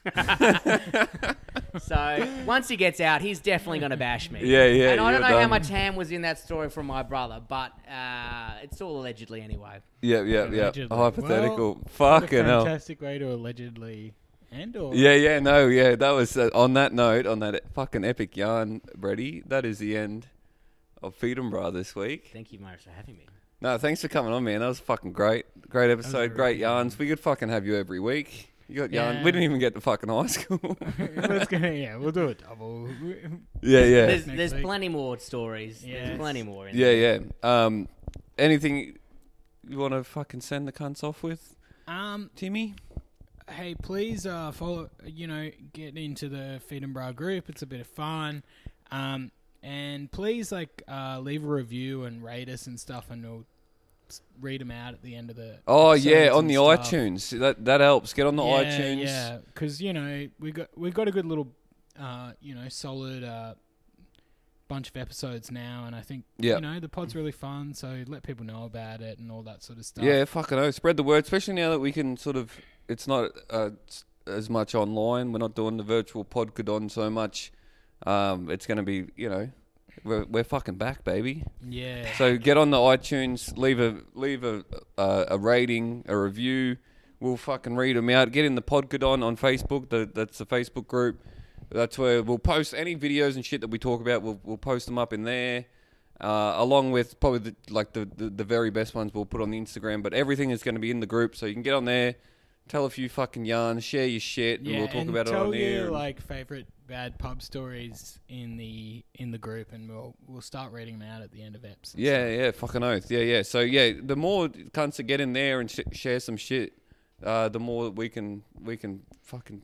S3: [laughs] so once he gets out, he's definitely going to bash me.
S1: Yeah, yeah,
S3: And I
S1: you're
S3: don't know how
S1: done.
S3: much ham was in that story from my brother, but uh, it's all allegedly anyway.
S1: yeah, yeah, yeah.
S2: Allegedly.
S1: Oh, Hypothetical.
S2: Well,
S1: Fucking
S2: what a
S1: hell.
S2: fantastic way to allegedly end or
S1: Yeah, yeah, no, yeah. That was uh, on that note, on that fucking epic yarn, Brady. That is the end of Freedom Bra this week.
S3: Thank you very much for having me.
S1: No, thanks for coming on, man. That was fucking great. Great
S2: a
S1: episode.
S2: really
S1: Great
S2: good
S1: yarns. We could fucking have you every week. You got yarn.
S2: Yeah.
S1: We didn't even get to fucking high
S2: [laughs]
S1: school.
S2: [laughs]
S1: [laughs]
S2: Let's go. Yeah, we'll do a double.
S1: yeah, yeah,
S3: There's,
S2: Next
S3: there's
S2: week.
S3: plenty more stories.
S2: Yes.
S3: There's plenty more. In
S1: yeah, yeah. Um, anything you want to fucking send the cunts off with,
S2: Um,
S1: Timmy?
S2: hey, please uh, follow. You know, get into the Feed and Bra group. It's a bit of fun. Um, and please like uh, leave a review and rate us and stuff, and we'll s- read them out at the end of the.
S1: Oh yeah,
S2: episodes
S1: on
S2: and
S1: the
S2: stuff.
S1: iTunes. That that helps. Get on the
S2: yeah,
S1: iTunes.
S2: Yeah, because you know we got we got a good little, uh, you know, solid uh, bunch of episodes now, and I think
S1: Yeah.
S2: you know the pod's really fun. So let people know about it and all that sort of stuff.
S1: Yeah, fucking oh, spread the word, especially now that we can sort of. It's not uh, s- as much online. We're not doing the virtual podcadon so much. Um, it's going to be, you know, we're we're fucking back, baby.
S2: yeah,
S1: So get on the iTunes, leave a leave a uh, a rating, a review. We'll fucking read them out. Get in the Podgadon on Facebook. The, that's the Facebook group. That's where we'll post any videos and shit that we talk about. We'll we'll post them up in there, uh, along with probably the, like the, the the very best ones we'll put on the Instagram. But everything is going to be in the group, so you can get on there, tell a few fucking yarns, share your shit, and
S2: yeah,
S1: we'll talk about it
S2: tell
S1: on
S2: your,
S1: here. and-
S2: like favorite bad pub stories in the in the group, and we'll we'll start reading them out at the end of eps. and
S1: Yeah, yeah, fucking oath. Yeah, yeah. So yeah, the more cunts that get in there and sh- share some shit, uh, the more that we can we can fucking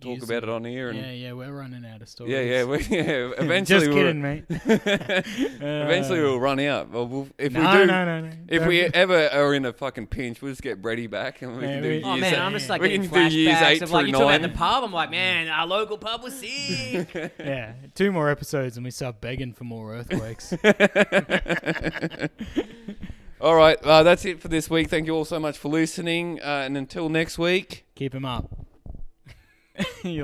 S1: talk
S2: Use
S1: about
S2: them.
S1: it on here
S2: stuff.
S1: and
S2: Yeah, yeah, we're running out of stories.
S1: yeah, yeah. We, [laughs] yeah eventually,
S2: [laughs] just
S1: we'll, [laughs]
S2: kidding, Uh. mate.
S1: eventually we'll run out. Well, we'll, if
S2: no,
S1: we do,
S2: no, no, no.
S1: if
S2: Don't-
S1: we e- ever are in a fucking pinch, we'll just get Brady back and we
S2: Yeah,
S1: can do.
S2: we-
S1: years
S3: Oh man,
S2: Yeah.
S3: I'm just like
S1: We
S3: getting
S1: can do years
S3: flashbacks
S1: eight
S3: of like
S1: through
S3: you talk about the
S1: nine.
S3: pub. I'm like, man, our local pub was sick.
S2: yeah, two more episodes and we start begging for
S1: [laughs]
S2: more earthquakes. [laughs]
S1: all right, uh, that's it for this week. Thank you all
S2: [laughs]
S1: so much for listening, uh, and until next week.
S2: Keep him up. you